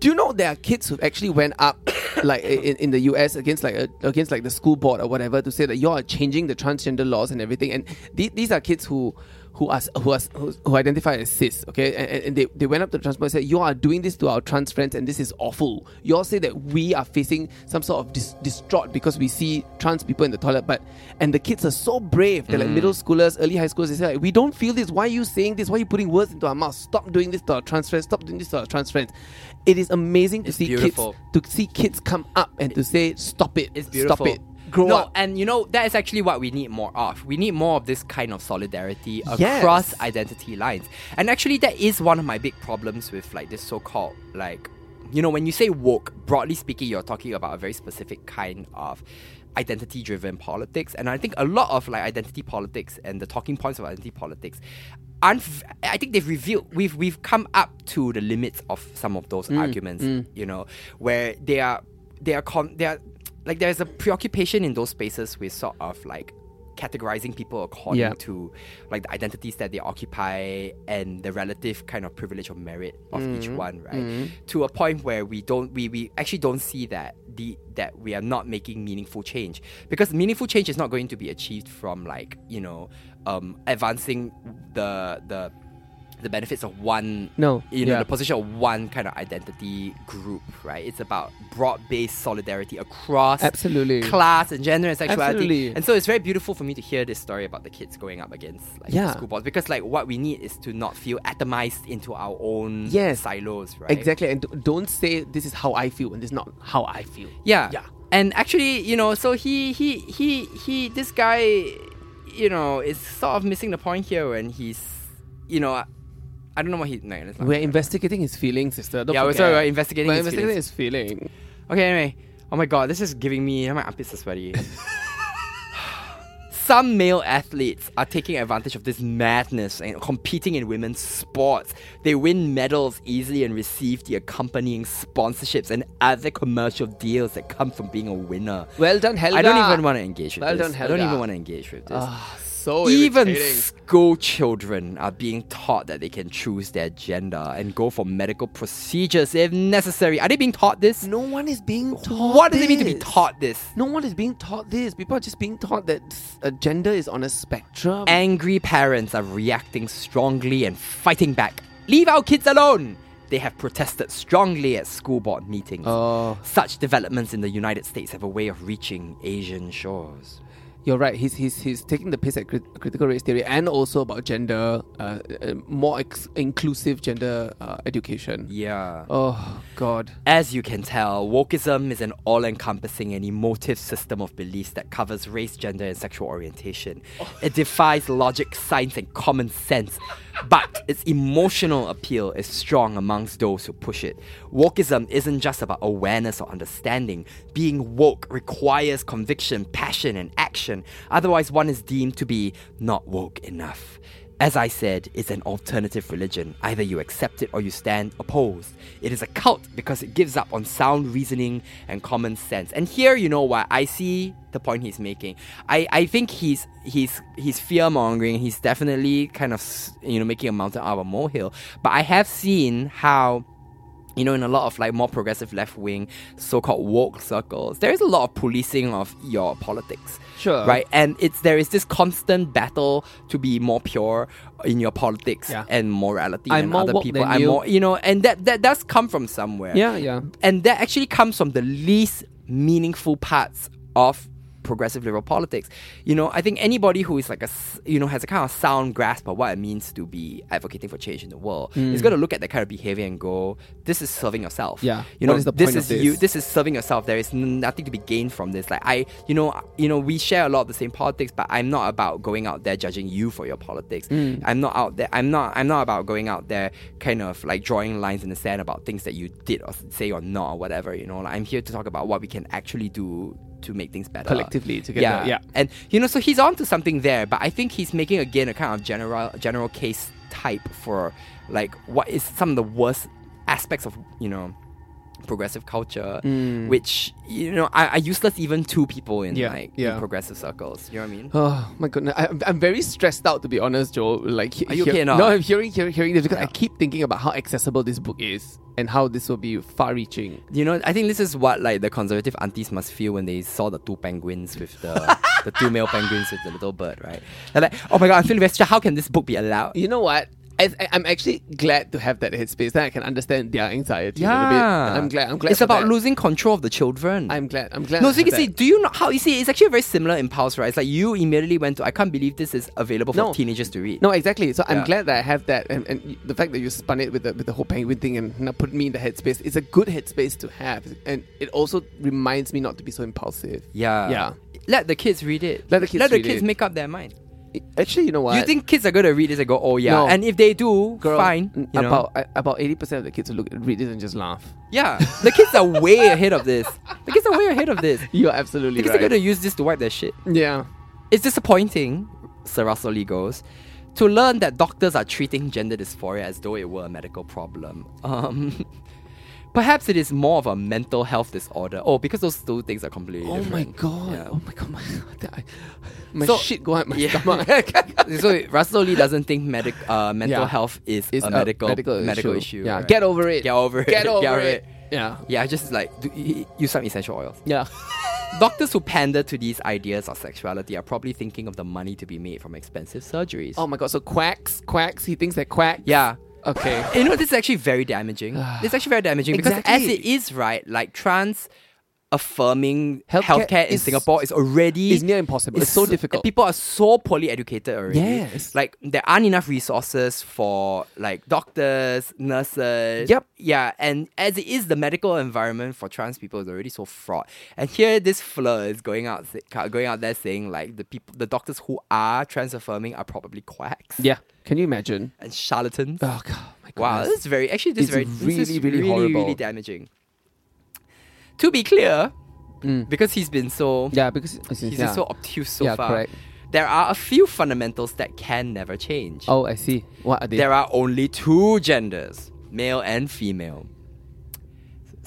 C: Do you know there are kids who actually went up, <coughs> like i- in, in the US against like a, against like the school board or whatever to say that you are changing the transgender laws and everything. And the- these are kids who who are s- who are s- who, who identify as cis. Okay, and, and- and they, they went up to the trans board and said you are doing this to our trans friends and this is awful. You all say that we are facing some sort of dis- distraught because we see trans people in the toilet, but and the kids are so brave. They're like middle schoolers, early high schoolers. They say like, we don't feel this. Why are you saying this? Why are you putting words into our mouth? Stop doing this to our trans friends. Stop doing this to our trans friends. It is amazing to
B: It's
C: see
B: beautiful.
C: kids to see kids come up and to say stop it.
B: It's beautiful.
C: Stop it. Grow
B: no,
C: up.
B: and you know that is actually what we need more of. We need more of this kind of solidarity
C: Yes.
B: across identity lines. And actually, that is one of my big problems with like this so-called like, you know, when you say woke, broadly speaking, you're talking about a very specific kind of identity-driven politics. And I think a lot of like identity politics and the talking points of identity politics. Aren't, v- I think they've revealed we've we've come up to the limits of some of those arguments, you know, where they are they are con- they are like there's a preoccupation in those spaces with sort of like categorizing people according
C: Yeah.
B: to like the identities that they occupy and the relative kind of privilege or merit of each
C: Mm-hmm.
B: one right to a point where we don't we, we actually don't see that the that we are not making meaningful change because meaningful change is not going to be achieved from like you know um advancing the the the benefits of one
C: No,
B: you know
C: yeah.
B: the position of one kind of identity group right it's about broad-based solidarity across
C: Absolutely.
B: class and gender and sexuality
C: Absolutely.
B: and so it's very beautiful for me to hear this story about the kids going up against like
C: Yeah.
B: the school boards because like what we need is to not feel atomized into our own
C: Yes.
B: silos right
C: Exactly, and d- don't say this is how I feel and this is not how I feel.
B: yeah.
C: Yeah.
B: And actually, you know, so he he he he this guy, you know, is sort of missing the point here when he's you know I, I don't know what he no, let's not-
C: We're investigating his feelings, sister. Don't
B: Yeah, we're-
C: forget.
B: sorry, we're investigating
C: We're
B: his
C: investigating his feeling. <laughs>
B: Okay, anyway. Oh my god, this is giving me my armpits are sweaty. Some male athletes are taking advantage of this madness and competing in women's sports. They win medals easily and receive the accompanying sponsorships and other commercial deals that come from being a winner.
C: Well done, Helga.
B: I don't even want to engage with
C: Well
B: this.
C: done,
B: I don't
C: Helga. Ah.
B: even want to engage with this.
C: so
B: even
C: irritating.
B: school children are being taught that they can choose their gender and go for medical procedures if necessary. Are they being taught this?
C: No one is being taught.
B: What does it mean to be
C: this.
B: taught this?
C: No one is being taught this. People are just being taught that uh, gender is on a spectrum.
B: Angry parents are reacting strongly and fighting back. Leave our kids alone! They have protested strongly at school board meetings.
C: Oh.
B: Such developments in the United States have a way of reaching Asian shores.
C: You're right. He's he's he's taking the piss at crit- critical race theory and also about gender, uh, uh, more ex- inclusive gender uh, education.
B: Yeah.
C: Oh God.
B: As you can tell, wokeism is an all encompassing and emotive system of beliefs that covers race, gender, and sexual orientation. It defies logic, science, and common sense, but its emotional appeal is strong amongst those who push it. Wokeism isn't just about awareness or understanding. Being woke requires conviction, passion, and action, otherwise, one is deemed to be not woke enough. As I said, it's an alternative religion. Either you accept it or you stand opposed. It is a cult because it gives up on sound reasoning and common sense. And here, you know what? I see the point he's making. I, I think he's he's he's fear mongering. He's definitely kind of s- you know making a mountain out of a molehill. But I have seen how you know, in a lot of like more progressive left wing, so called woke circles, there is a lot of policing of your politics.
C: Sure.
B: Right? And it's there is this constant battle to be more pure in your politics
C: Yeah.
B: and morality
C: I'm
B: and
C: more
B: other
C: woke
B: people.
C: than
B: I'm
C: you.
B: more you know, and that that does come from somewhere.
C: Yeah, yeah.
B: And that actually comes from the least meaningful parts of progressive liberal politics. You know, I think anybody who is like a, s- you know, has a kind of sound grasp of what it means to be advocating for change in the world
C: Mm.
B: is going to look at that kind of behavior and go, this is serving yourself.
C: Yeah.
B: You
C: What
B: know,
C: is the
B: this
C: point of
B: is
C: this?
B: you, this is serving yourself. There is n- nothing to be gained from this. Like I, you know, you know, we share a lot of the same politics, but I'm not about going out there judging you for your politics.
C: Hmm.
B: I'm not out there. I'm not. I'm not about going out there, kind of like drawing lines in the sand about things that you did or s- say or not or whatever. You know, like I'm here to talk about what we can actually do to make things better
C: Collectively, together, yeah.
B: and you know, so he's onto something there, but I think he's making again a kind of general general case type for like what is some of the worst aspects of you know progressive culture, which you know are, are useless even to people in
C: Mm. Yeah,
B: like
C: yeah.
B: In progressive circles. You know what I mean?
C: Oh my goodness, I, I'm- I'm very stressed out to be honest, Joe. Like, he-
B: Are you
C: hear-
B: okay now?
C: No, I'm hearing, hearing, hearing this because I keep thinking about how accessible this book is and how this will be far-reaching.
B: You know, I think this is what like the conservative aunties must feel when they saw the two penguins with
C: <laughs>
B: the the two male penguins with the little bird, right? They're like, oh my god, I'm feeling very stressed. How can this book be allowed?
C: You know what? I, I- I'm actually glad to have that headspace. Then I can understand their anxiety a little bit.
B: Yeah,
C: I'm glad. I'm glad.
B: It's
C: for
B: about
C: that.
B: losing control of the children.
C: I'm glad. I'm glad.
B: No,
C: I
B: so you
C: have
B: can see,
C: that.
B: do you know how you see? It's actually a very similar impulse, right? It's like you immediately went to, I can't believe this is available for
C: No.
B: teenagers to read.
C: No, exactly. So
B: Yeah.
C: I'm glad that I have that, and, and the fact that you spun it with the with the whole penguin thing and now put me in the headspace. It's a good headspace to have, and it also reminds me not to be so impulsive.
B: Yeah.
C: Yeah.
B: Let the kids read it.
C: Let the kids
B: Let the
C: read
B: kids
C: it.
B: make up their mind.
C: Actually, you know what?
B: You think kids are going to read this and go, oh yeah.
C: No.
B: And if they do,
C: Girl,
B: fine.
C: n-
B: you know?
C: about I- about eighty percent of the kids will look read this and just laugh. <laughs>
B: Yeah. The kids are way <laughs> ahead of this. The kids are way ahead of this.
C: You're absolutely
B: The kids
C: right.
B: are going to use this to wipe their shit.
C: yeah.
B: It's disappointing, Sir Russell Lee goes, to learn that doctors are treating gender dysphoria as though it were a medical problem. Um, <laughs> perhaps it is more of a mental health disorder. Oh, because those two things are completely
C: Oh my
B: different.
C: god.
B: Yeah.
C: Oh my god. My, I- my
B: So-
C: shit go out
B: <laughs>
C: my
B: Yeah.
C: stomach.
B: so Russell Lee doesn't think medic, uh, mental
C: Yeah.
B: health is
C: It's
B: a medical medical, issue.
C: Yeah.
B: right?
C: Get over it.
B: Get over it.
C: Get over
B: Get over it.
C: it. Yeah.
B: yeah, just like do, y- y- use some essential oils.
C: Yeah. <laughs>
B: Doctors who pander to these ideas of sexuality are probably thinking of the money to be made from expensive surgeries.
C: Oh my god. So quacks, quacks. He thinks they're quacks.
B: yeah.
C: Okay.
B: you know this is actually very damaging it's actually very damaging because as
C: Exactly.
B: it is right like trans affirming healthcare,
C: Healthcare
B: in
C: is-
B: singapore is already
C: is near impossible. It's so difficult.
B: people are so poorly educated already
C: Yes.
B: like there aren't enough resources for like doctors nurses
C: Yep.
B: yeah and as it is the medical environment for trans people is already so fraught and here this fleur is going out sa- going out there saying like the people the doctors who are trans affirming are probably quacks
C: Yeah. Can you imagine?
B: and charlatans
C: Oh god. My
B: Wow,
C: goodness.
B: this is very actually this is
C: It's
B: very this is
C: really, really
B: really really
C: horrible.
B: damaging. To be clear, because he's been so
C: Yeah, because it's,
B: he's
C: Mm. yeah.
B: been so obtuse so
C: Yeah,
B: far.
C: correct.
B: There are a few fundamentals that can never change.
C: Oh, I see. What are they?
B: There are only two genders, male and female.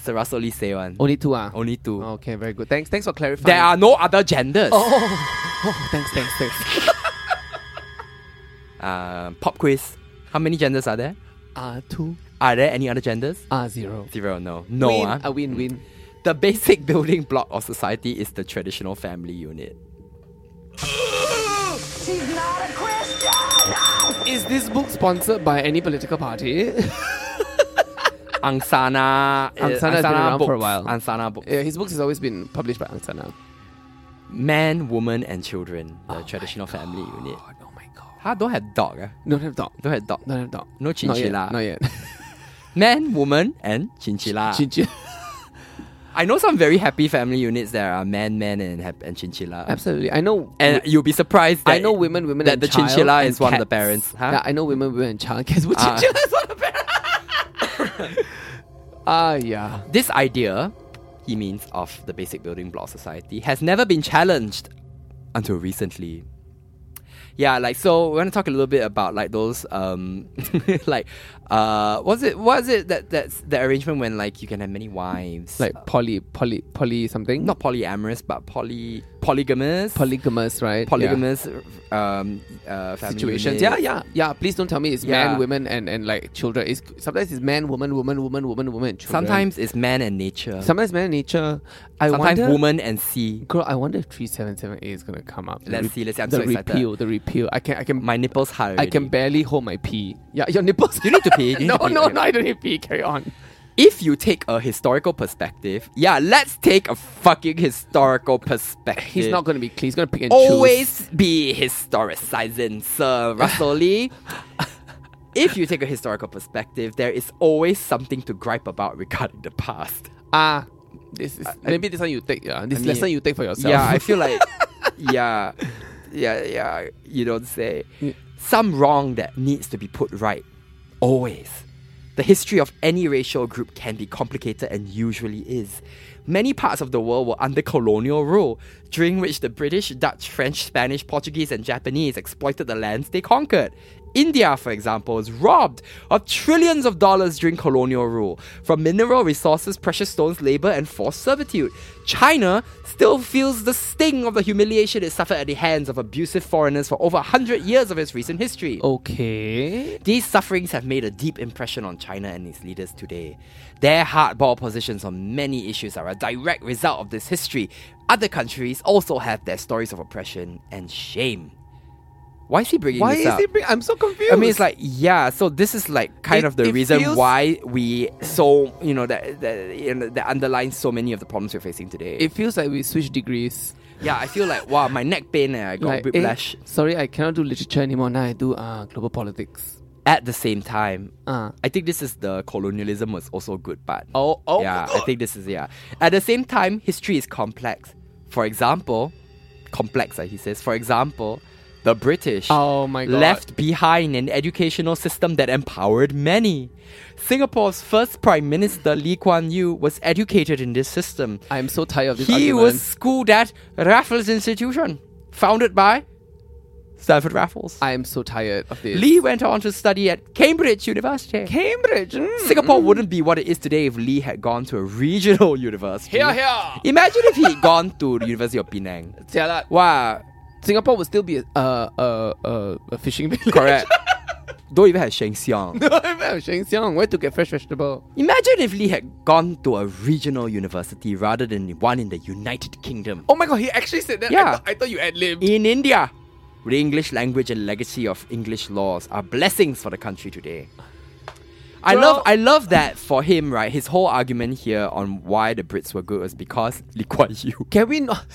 B: Sarasoli say one.
C: only two. Ah.
B: Only two.
C: Okay, very good. Thanks. Thanks for clarifying.
B: There are no other genders.
C: <laughs> Oh, oh, thanks, thanks, thanks.
B: Um, pop quiz. How many genders are there?
C: R Ah, two,
B: Are there any other genders?
C: R zero.
B: Zero, no. No,
C: win,
B: ah.
C: a win, win.
B: The basic <laughs> building block of society is the traditional family unit.
D: She's not a Christian!
C: Is this book sponsored by any political party? <laughs>
B: Angsana.
C: Angsana's been around
B: books.
C: for a while.
B: Angsana books.
C: yeah, his books has always been published by Aung San Suu.
B: Oh, Man, woman, and children. The traditional family unit.
C: Oh God, oh my god.
B: Huh? Don't have dog. eh?
C: Don't have dog.
B: Don't have dog.
C: Don't have dog.
B: No chinchilla. <laughs>
C: Not yet. Not yet.
B: Man, woman, and chinchilla.
C: <laughs> Chinchilla.
B: I know some very happy family units that are man, man, and hap- and chinchilla.
C: Absolutely. I know.
B: And you'll be surprised. That
C: I know women, women,
B: that
C: and
B: the
C: child
B: chinchilla
C: and
B: is one of the
C: cats.
B: parents. Huh?
C: Yeah, I know women, women, and child. <laughs> Guess what?
B: Ah.
C: Chinchilla is one of the parents. Ah, yeah.
B: This idea, he means of the basic building block society, has never been challenged until recently. Yeah, like so we're gonna talk a little bit about like those um <laughs> like uh was it was it that that's the arrangement when like you can have many wives.
C: Like poly, poly, poly something.
B: not polyamorous but poly polygamous.
C: polygamous, right? Yeah.
B: polygamous um uh family
C: situations. Yeah,
B: unit.
C: yeah, yeah. Please don't tell me it's
B: Yeah.
C: man, women, and and like children. It's sometimes it's man, woman, woman, woman, woman, woman. Children.
B: Sometimes it's man and nature.
C: sometimes man, nature. I
B: Sometimes
C: wonder,
B: woman and sea.
C: Girl, I wonder if three seven seven A is gonna come up. The
B: Let's
C: re-
B: see, let's see. I'm
C: the
B: so excited.
C: repeal, the repeal. I can, I can,
B: My nipples hard.
C: I can
B: already.
C: barely hold my pee. Yeah, your nipples.
B: You need to
C: <laughs>
B: pee, you need
C: no,
B: to pee,
C: no,
B: okay.
C: no. I don't need pee. Carry on.
B: if you take a historical perspective, yeah, let's take a fucking historical perspective.
C: He's not gonna be clean. He's gonna pick and choose.
B: always be historicizing, Sir Russell
C: <laughs>
B: Lee. if you take a historical perspective, there is always something to gripe about regarding the past.
C: Ah, this is maybe this one you take. Yeah, this
B: mean-
C: lesson you take for yourself. <laughs>
B: Yeah, I feel like, yeah, yeah, yeah. You don't say some wrong that needs to be put right. Always. The history of any racial group can be complicated and usually is. Many parts of the world were under colonial rule, during which the British, Dutch, French, Spanish, Portuguese, and Japanese exploited the lands they conquered. India, for example, was robbed of trillions of dollars during colonial rule from mineral resources, precious stones, labor, and forced servitude. China still feels the sting of the humiliation it suffered at the hands of abusive foreigners for over 100 years of its recent history.
C: Okay.
B: These sufferings have made a deep impression on China and its leaders today. Their hardball positions on many issues are a direct result of this history. Other countries also have their stories of oppression and shame. Why is he bringing
C: Why
B: this
C: is
B: up?
C: he? Bring- I'm so confused.
B: I mean, it's like yeah. So this is like kind
C: It-
B: of the
C: it
B: reason
C: feels-
B: why we so you know that that, you know, that underlines so many of the problems we're facing today.
C: it feels like we switch degrees.
B: yeah, I feel like wow, my neck pain. eh, I got
C: Like, eh,
B: whiplash.
C: sorry, I cannot do literature anymore. Now I do uh, global politics.
B: At the same time,
C: Uh.
B: I think this is the colonialism was also a good part.
C: Oh, oh.
B: yeah, I think this is yeah. At the same time, history is complex. For example, complex. ah, he says. For example, the British
C: Oh my God.
B: left behind an educational system that empowered many. Singapore's first Prime Minister Lee Kuan Yew was educated in this system.
C: I'm so tired of this
B: He
C: argument.
B: was schooled at Raffles Institution, founded by Stanford Raffles.
C: I am so tired of this.
B: Lee went on to study at Cambridge University.
C: Cambridge. mm.
B: Singapore
C: Mm-hmm.
B: wouldn't be what it is today if Lee had gone to a regional <laughs> university.
C: Here, here.
B: Imagine if he'd gone to the University of Penang.
C: Jalan.
B: Wow,
C: Singapore would still be a uh, uh, uh, a fishing village. <laughs>
B: correct. Don't even have Sheng Xiong.
C: Sheng Xiong, where to get fresh vegetable?
B: Imagine if Lee had gone to a regional university rather than one in the United Kingdom.
C: Oh my god, he actually said that.
B: I Yeah. thought- I
C: thought you ad lib.
B: In India, the English language and legacy of English laws are blessings for the country today. I
C: Well-
B: love I love that for him, right? His whole argument here on why the Brits were good was because Lee Kuan Yew.
C: Can we not?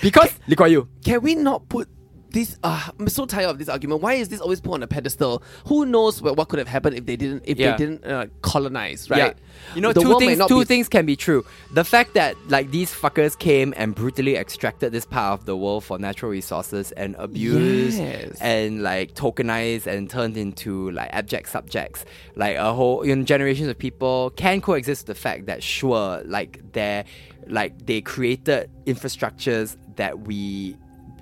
B: Because Lee Kuan Yew.
C: Can we not put this? Uh, I'm so tired of this argument. Why is this always put on a pedestal? Who knows what, what could have happened if they didn't? If
B: Yeah.
C: they didn't uh, colonize, right?
B: You know,
C: The
B: two
C: world may
B: things.
C: not
B: Two
C: be-
B: things can be true. The fact that like these fuckers came and brutally extracted this part of the world for natural resources and abused
C: Yes.
B: and like tokenized and turned into like abject subjects, like a whole you know, generations of people can coexist with the fact that sure, like they're like they created infrastructures that we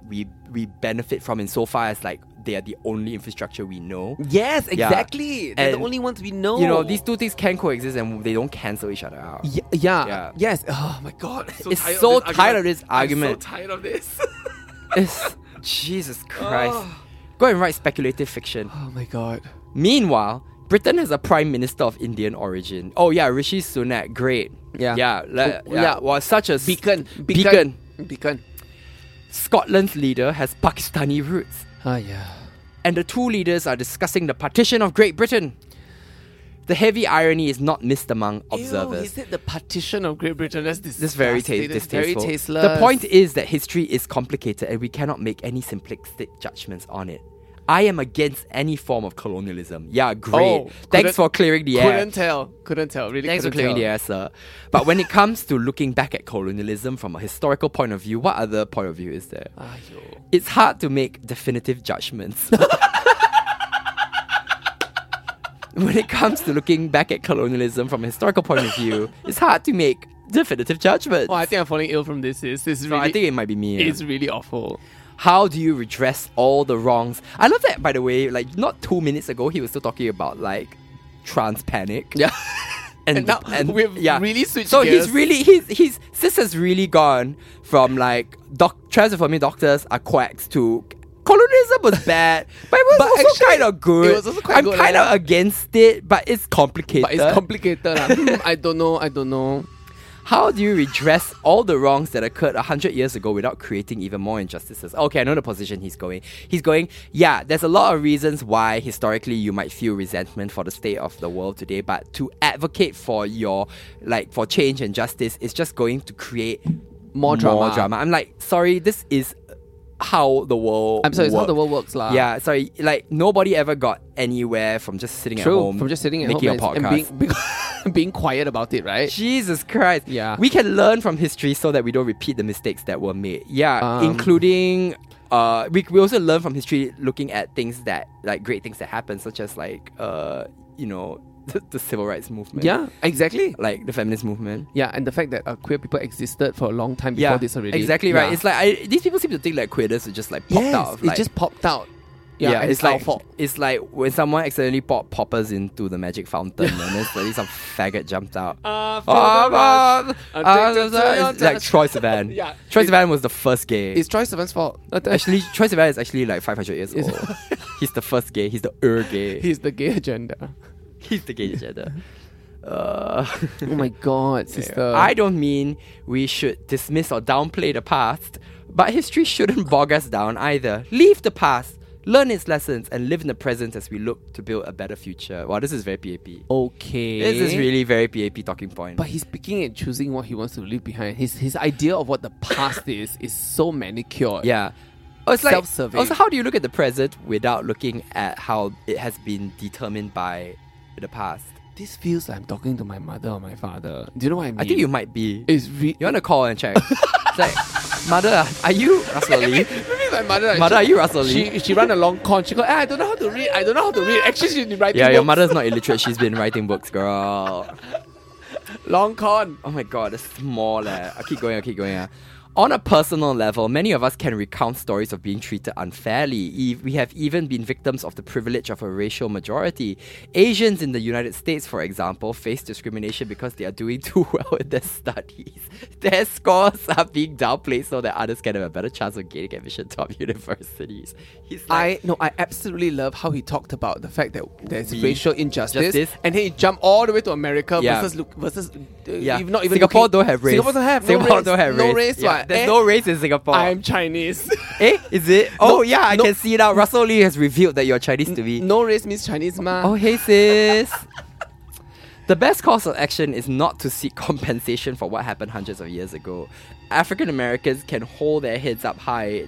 B: we we benefit from insofar as like they are the only infrastructure we know.
C: Yes,
B: Yeah.
C: exactly. They're
B: And,
C: the only ones we know.
B: You know, these two things can coexist and they don't cancel each other out.
C: Yeah, yeah,
B: Yeah.
C: Yes. Oh my god. So
B: It's
C: tired of
B: so
C: this
B: tired of this
C: I'm
B: argument.
C: so tired of this. <laughs>
B: It's, Jesus Christ. Go and write speculative fiction.
C: oh my god.
B: Meanwhile, Britain has a prime minister of Indian origin. Oh yeah, Rishi Sunak, great.
C: Yeah.
B: yeah, le-
C: Oh,
B: yeah.
C: yeah.
B: Was such a s-
C: Beacon.
B: Beacon.
C: Beacon.
B: Scotland's leader has Pakistani roots,
C: Ah yeah.
B: and the two leaders are discussing the partition of Great Britain. The heavy irony is not missed among
C: Ew,
B: observers.
C: is it the partition of Great Britain? That's disgusting.
B: This is very ta-
C: That's
B: distasteful.
C: Very tasteless.
B: The point is that history is complicated and we cannot make any simplistic judgments on it. I am against any form of colonialism. Yeah, great.
C: Oh, couldn't-
B: Thanks for clearing the air.
C: Couldn't tell. Couldn't tell. Really.
B: Thanks for
C: couldn't
B: clearing the
C: tell.
B: air, sir. But when it comes to looking back at colonialism from a historical point of view, what other point of view is there?
C: Ah, yo.
B: It's hard to make definitive
C: <laughs>
B: judgments. when it comes to looking back at colonialism from a historical point of view, it's hard to make definitive judgments.
C: Oh, I think I'm falling ill from this. This is
B: So
C: really.
B: I think it might be me. yeah.
C: it's really awful.
B: How do you redress all the wrongs? I love that, by the way. Like not two minutes ago, he was still talking about like trans panic.
C: <laughs> Yeah.
B: <laughs> and,
C: And now <laughs> we've really switched
B: So
C: gears.
B: he's really he's he's sis has really gone from like doc trans for me doctors are quacks to colonialism was bad, but it was
C: <laughs> But
B: also
C: actually,
B: kind of good.
C: it was also quite
B: I'm
C: good,
B: kind of
C: yeah.
B: against it, but it's complicated.
C: But it's complicated. <laughs> lah. Hmm, I don't know. I don't know.
B: How do you redress all the wrongs that occurred 100 years ago without creating even more injustices? Okay, I know the position he's going. He's going, yeah, there's a lot of reasons why historically you might feel resentment for the state of the world today, but to advocate for your, like, for change and justice is just going to create
C: More drama.
B: I'm like, sorry, this is how the world
C: I'm sorry. It's how
B: work.
C: the world works, lah.
B: Yeah, sorry. Like nobody ever got anywhere from just sitting
C: True.
B: at home,
C: From just sitting at
B: making
C: home
B: a podcast.
C: and, and being, being, <laughs> being quiet about it, right?
B: Jesus Christ.
C: Yeah.
B: We can learn from history so that we don't repeat the mistakes that were made. Yeah.
C: Um,
B: including uh we, we also learn from history looking at things that like great things that happen, such as like uh, you know, <laughs> the, the civil rights movement.
C: Yeah. Exactly.
B: Like the feminist movement.
C: Yeah, and the fact that uh, queer people existed for a long time before
B: yeah,
C: this already.
B: exactly right.
C: Yeah.
B: It's like I, these people seem to think like queerness is just like popped
C: yes,
B: out. Of,
C: it
B: like,
C: just popped out. Yeah,
B: yeah,
C: and
B: it's,
C: it's,
B: like
C: our fault.
B: it's like when someone accidentally pop poppers into the magic fountain and it's like some faggot jumped out.
C: Uh,
B: Oh,
C: Rush.
B: oh, oh,
C: Addicted
B: oh,
C: to your
B: it's like
C: touch.
B: Troy Sivan.
C: <laughs> Yeah.
B: Troy
C: It-
B: Sivan was the first gay.
C: It's Troy Sivan's fault. Not that-
B: actually Troy Sivan is actually like 500 years
C: It's-
B: old. he's the first gay. He's the er
C: <laughs>
B: gay.
C: he's the gay agenda.
B: he's the gay
C: <laughs>
B: gender. Uh, <laughs>
C: Oh my god, sister.
B: I don't mean we should dismiss or downplay the past, but history shouldn't bog us down either. Leave the past, learn its lessons, and live in the present as we look to build a better future. Wow, this is very PAP.
C: okay.
B: This is really very PAP talking point.
C: But he's picking and choosing what he wants to leave behind. His his idea of what the past is is so manicured.
B: Yeah. Oh, it's like,
C: Self-survey.
B: Also, how do you look at the present without looking at how it has been determined by the past?
C: This feels like I'm talking to my mother or my father. Do you know what I mean?
B: I think you might be.
C: It's re-
B: You want to call and check? it's like, mother, are you Russell
C: <laughs>
B: Lee?
C: <laughs> Maybe my mother.
B: Mother, are you Russell Lee?
C: She she ran a long con. She go, "Ah, I don't know how to read. I don't know how to read. Actually, she's been writing.
B: Yeah, your
C: books.
B: mother's not illiterate. She's been writing books, girl.
C: long con.
B: Oh my god, that's small eh. I'll keep going, I'll keep going. ah. On a personal level, many of us can recount stories of being treated unfairly. E- We have even been victims of the privilege of a racial majority. Asians in the United States, for example, face discrimination because they are doing <laughs> too well in their studies. <laughs> Their scores are being downplayed so that others can have a better chance of gaining admission to top <laughs> universities. He's like,
C: I no, I absolutely love how he talked about the fact that there's
B: We-
C: racial injustice,
B: Mm. justice.
C: and he jumped all the way to America
B: Yeah.
C: versus look versus uh,
B: yeah,
C: even not even
B: Singapore
C: looking-
B: don't have race.
C: Singapore don't have
B: Singapore
C: no race,
B: don't have
C: no
B: race.
C: race.
B: Yeah,
C: what?
B: There's
C: Eh,
B: no race in Singapore.
C: I'm Chinese.
B: Eh, is it? Oh
C: No,
B: yeah, I
C: no.
B: can see now. Russell Lee has revealed that you're Chinese <laughs> to be.
C: no race means Chinese, ma.
B: Oh hey sis. <laughs> the best course of action is not to seek <laughs> compensation for what happened hundreds of years ago. African Americans can hold their heads up high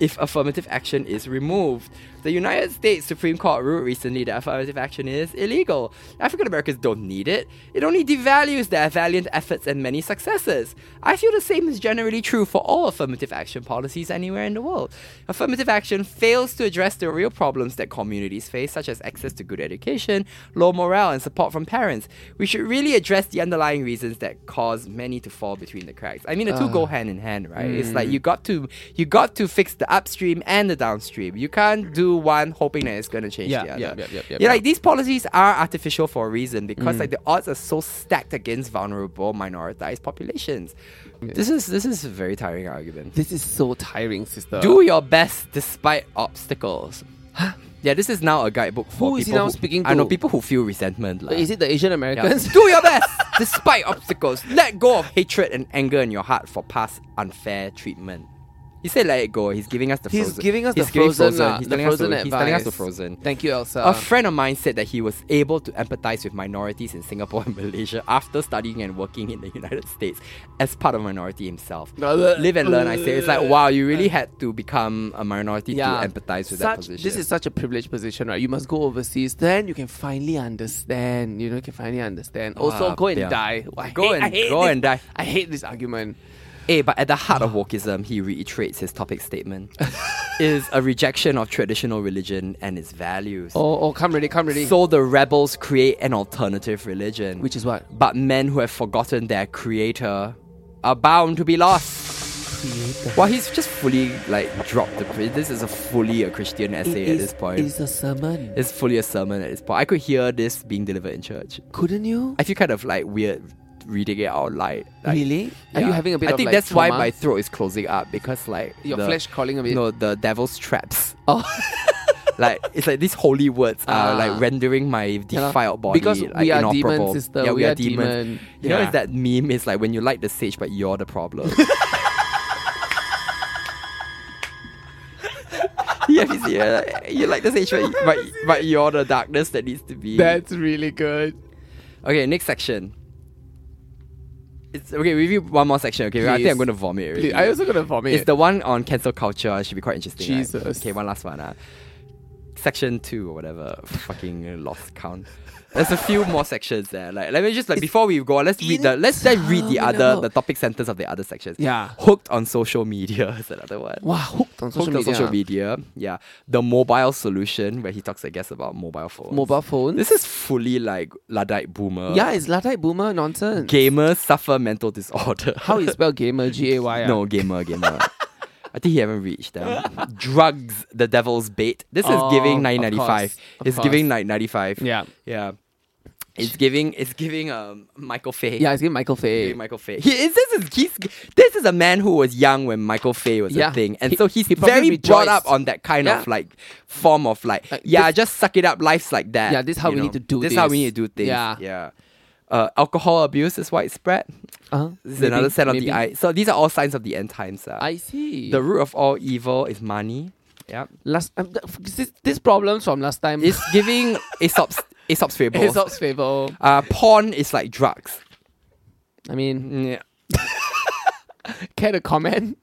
B: if affirmative action is removed. The United States Supreme Court ruled recently that affirmative action is illegal. African Americans don't need it. It only devalues their valiant efforts and many successes. I feel the same is generally true for all affirmative action policies anywhere in the world. Affirmative action fails to address the real problems that communities face, such as access to good education, low morale, and support from parents. We should really address the underlying reasons that
C: Uh. Mm.
B: cause many to fall between the cracks. I mean, the two go hand in hand, right? It's like you got to you got to fix the the upstream and the downstream. You can't do one hoping that it's going to change
C: Yeah,
B: the other.
C: yeah, yeah, yeah, yeah,
B: You're
C: yeah.
B: Like these policies are artificial for a reason
C: Mm.
B: because like the odds are so stacked against vulnerable minoritized populations. This is this is a very tiring argument.
C: This is so tiring, sister.
B: Do your best despite obstacles. yeah, this is now a guidebook for
C: Who is he
B: people
C: now
B: who,
C: speaking
B: I know
C: to?
B: people who feel resentment. lah.
C: Is it the Asian
B: Yeah.
C: Americans?
B: Do your best despite obstacles. Let go of hatred and anger in your heart for past unfair treatment. He said let it go. He's giving us the
C: He's
B: frozen.
C: giving us
B: He's
C: the
B: giving
C: frozen. uh,
B: He's
C: the
B: telling us
C: frozen
B: to- He's telling us
C: advice.
B: to frozen.
C: Thank you, Elsa.
B: a friend of mine said that he was able to empathize with minorities in Singapore <laughs> and Malaysia after studying and working in the United States as part of minority himself.
C: uh,
B: Live and learn, I say. It's like, wow, you really had to become a minority to empathize with that
C: Such-
B: position.
C: This is such a privileged position, right? You must go overseas, then you can finally understand. You know, you can finally understand. Also,
B: Ah,
C: go and
B: yeah.
C: die. I
B: Go
C: hate-
B: and-
C: I hate
B: go
C: this-
B: and die.
C: I hate this argument.
B: Eh, but at the heart of wokeism, he reiterates his topic
C: <laughs>
B: statement, is a rejection of traditional religion and its values.
C: Oh, oh, come ready, come ready.
B: So the rebels create an alternative religion.
C: Which is what?
B: But men who have forgotten their creator are bound to be lost. Well, he's just fully like dropped the. pre- This is a fully a Christian essay at this point.
C: It's a sermon.
B: it's fully a sermon at this point. I could hear this being delivered in church.
C: Couldn't you?
B: I feel kind of like weird reading it out loud. Like,
C: really? Are you
B: yeah.
C: having a bit
B: I
C: of
B: think
C: like,
B: that's why
C: trauma?
B: my throat is closing up because like
C: Your
B: the-
C: flesh calling a bit?
B: No, the devil's traps.
C: <laughs>
B: <laughs>
C: Oh.
B: like it's like these holy words are
C: Ah.
B: like rendering my defiled body
C: Because
B: like,
C: we are demons,
B: inoperable.
C: sister.
B: Yeah, we,
C: We
B: are,
C: are
B: demons.
C: demon.
B: You know,
C: Yeah.
B: it's that meme. It's like when you like the sage, but you're the
C: <laughs>
B: problem. <laughs> yeah, you see, uh, you like the sage, but, but but you're the darkness that needs to be.
C: That's really good.
B: Okay, next section. It's okay. We review one more section. Okay, I think
C: Please.
B: I'm going to vomit. Already.
C: I also gonna vomit.
B: It's the one on cancel culture. It should be quite interesting. right?
C: Jesus.
B: Okay, one last one. Uh. Section two or whatever. Fucking lost count. There's a few more sections there. Like let me just like before we go, on, let's read the let's then read the other
C: interminable.
B: the topic sentence of the other sections.
C: Yeah.
B: Hooked on social media <laughs> is another one.
C: wow, hooked on social
B: Hooked on
C: media.
B: social media. Yeah. The mobile solution where he talks, I guess, about mobile phones.
C: Mobile phones.
B: This is fully like Luddite boomer.
C: yeah, it's Luddite boomer nonsense.
B: Gamers suffer mental disorder.
C: How is spelled gamer? G A Y. ah?
B: <laughs> No, gamer,
C: <laughs>
B: gamer. I think he haven't reached them. Drugs, the devil's bait. This is
C: Oh,
B: giving
C: of
B: 995.
C: course, of
B: It's giving
C: course.
B: 995.
C: Yeah.
B: Yeah. It's giving it's giving um Michael Fay.
C: Yeah, it's giving Michael Faye.
B: Giving Michael Fay. He is this is he's, this is a man who was young when Michael Fay was
C: Yeah.
B: a thing. And
C: He-
B: so he's
C: he probably
B: very brought
C: rejoiced.
B: up on that kind of
C: Yeah.
B: like form of like,
C: Like
B: yeah,
C: this-
B: just suck it up, life's like that.
C: Yeah, this is how
B: you
C: we need to do
B: This is how we
C: this.
B: need to do things.
C: Yeah.
B: Yeah. Uh, alcohol abuse is widespread.
C: Uh-huh.
B: This is
C: Maybe,
B: another sign of
C: maybe.
B: the eye. So these are all signs of the end times. ah.
C: I see.
B: The root of all evil is money. Yeah.
C: last um, th- f- this, this problem's from last time.
B: It's
C: <laughs>
B: giving Aesop's Aesop's fable.
C: Aesop's fable.
B: Uh, porn is like drugs.
C: I mean,
B: Yeah.
C: care to comment?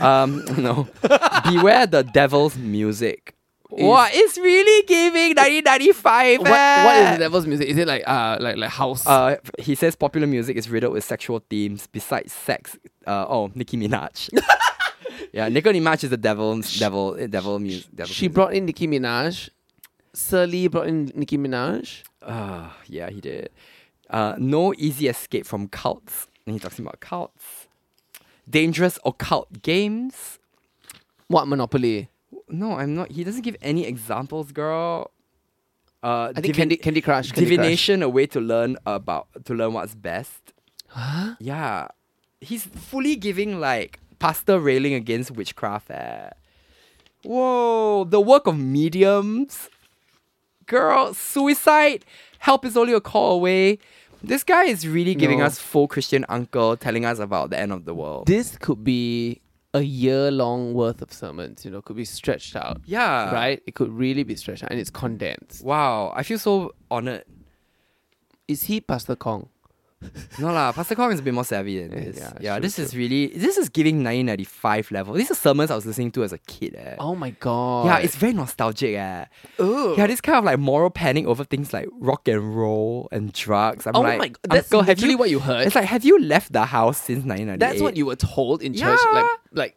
B: Um, <laughs> no. Beware the devil's music. What is really giving 1995?
C: What what is
B: eh?
C: the devil's music? Is it like uh like like house?
B: Uh, he says popular music is riddled with sexual themes besides sex. Uh, oh, Nicki
C: <laughs>
B: Minaj. yeah, Nicki Minaj is the devil's devil devil music. Devil
C: she
B: music.
C: brought in Nicki Minaj. Sir Lee brought in Nicki Minaj.
B: Ah, yeah, he did. Uh, no easy escape from cults. And he talks about cults. Dangerous occult games.
C: What Monopoly?
B: No, I'm not. He doesn't give any examples, girl. Uh,
C: I think Candy Candy Crush. Candy
B: divination, a way to learn about to learn what's best. Huh? Yeah, he's fully giving like pastor railing against witchcraft. Eh. Whoa, the work of mediums, girl, suicide. Help is only a call away. This guy is really giving
C: No.
B: us full Christian uncle, telling us about the end of the world.
C: Crush. This could be a year long worth of sermons. You know, could be stretched out.
B: yeah,
C: Right? It could really be stretched out, and it's condensed.
B: Wow, I feel so honored.
C: Is he Pastor Kong?
B: No lah, Pastor Kong is a bit more savvy than this. Yeah,
C: Eh, yeah, true,
B: this is really this is giving 1995 level. These are sermons I was listening to as a kid. Eh.
C: Oh my god!
B: yeah, it's very nostalgic. Eh. Yeah, this kind of like moral panic over things like rock and roll and drugs. I'm
C: Oh
B: like,
C: my God, that's
B: Uncle, have
C: literally
B: you,
C: what you heard.
B: It's like, have you left the house since 1998?
C: That's what you were told in church.
B: Yeah.
C: Like,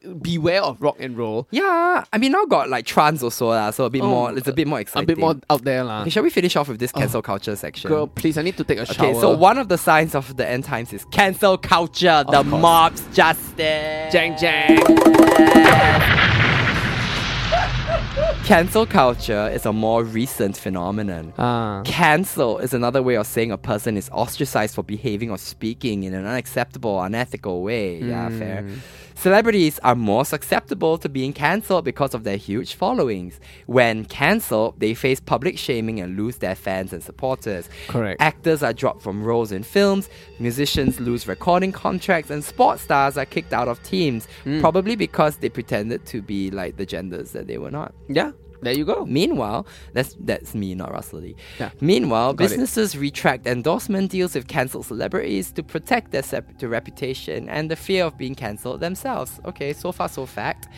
C: like beware of rock and roll.
B: Yeah, I mean now got like trans also lah, so a bit
C: Oh,
B: more. It's a bit more exciting.
C: A bit more out there, lah.
B: Okay, shall we finish off with this cancel culture section?
C: Girl, please, I need to take a shower.
B: Okay, so one of the signs of the end times is cancel culture, the
C: course.
B: mob's justice.
C: Jang jang.
B: Cancel culture is a more recent phenomenon.
C: Ah.
B: Cancel is another way of saying a person is ostracized for behaving or speaking in an unacceptable, unethical way. Yeah, fair. Celebrities are more susceptible to being cancelled because of their huge followings. When cancelled, they face public shaming and lose their fans and supporters.
C: Correct.
B: Actors are dropped from roles in films, musicians lose recording contracts, and sports stars are kicked out of teams, probably because they pretended to be like the genders that they were not.
C: Yeah. There you go.
B: Meanwhile, that's that's me, not Russell Lee.
C: Oh. Yeah.
B: Meanwhile,
C: Got it.
B: businesses retract endorsement deals with cancelled celebrities to protect their, sep- their reputation and the fear of being cancelled themselves. Okay, so far so
C: <laughs>
B: fact.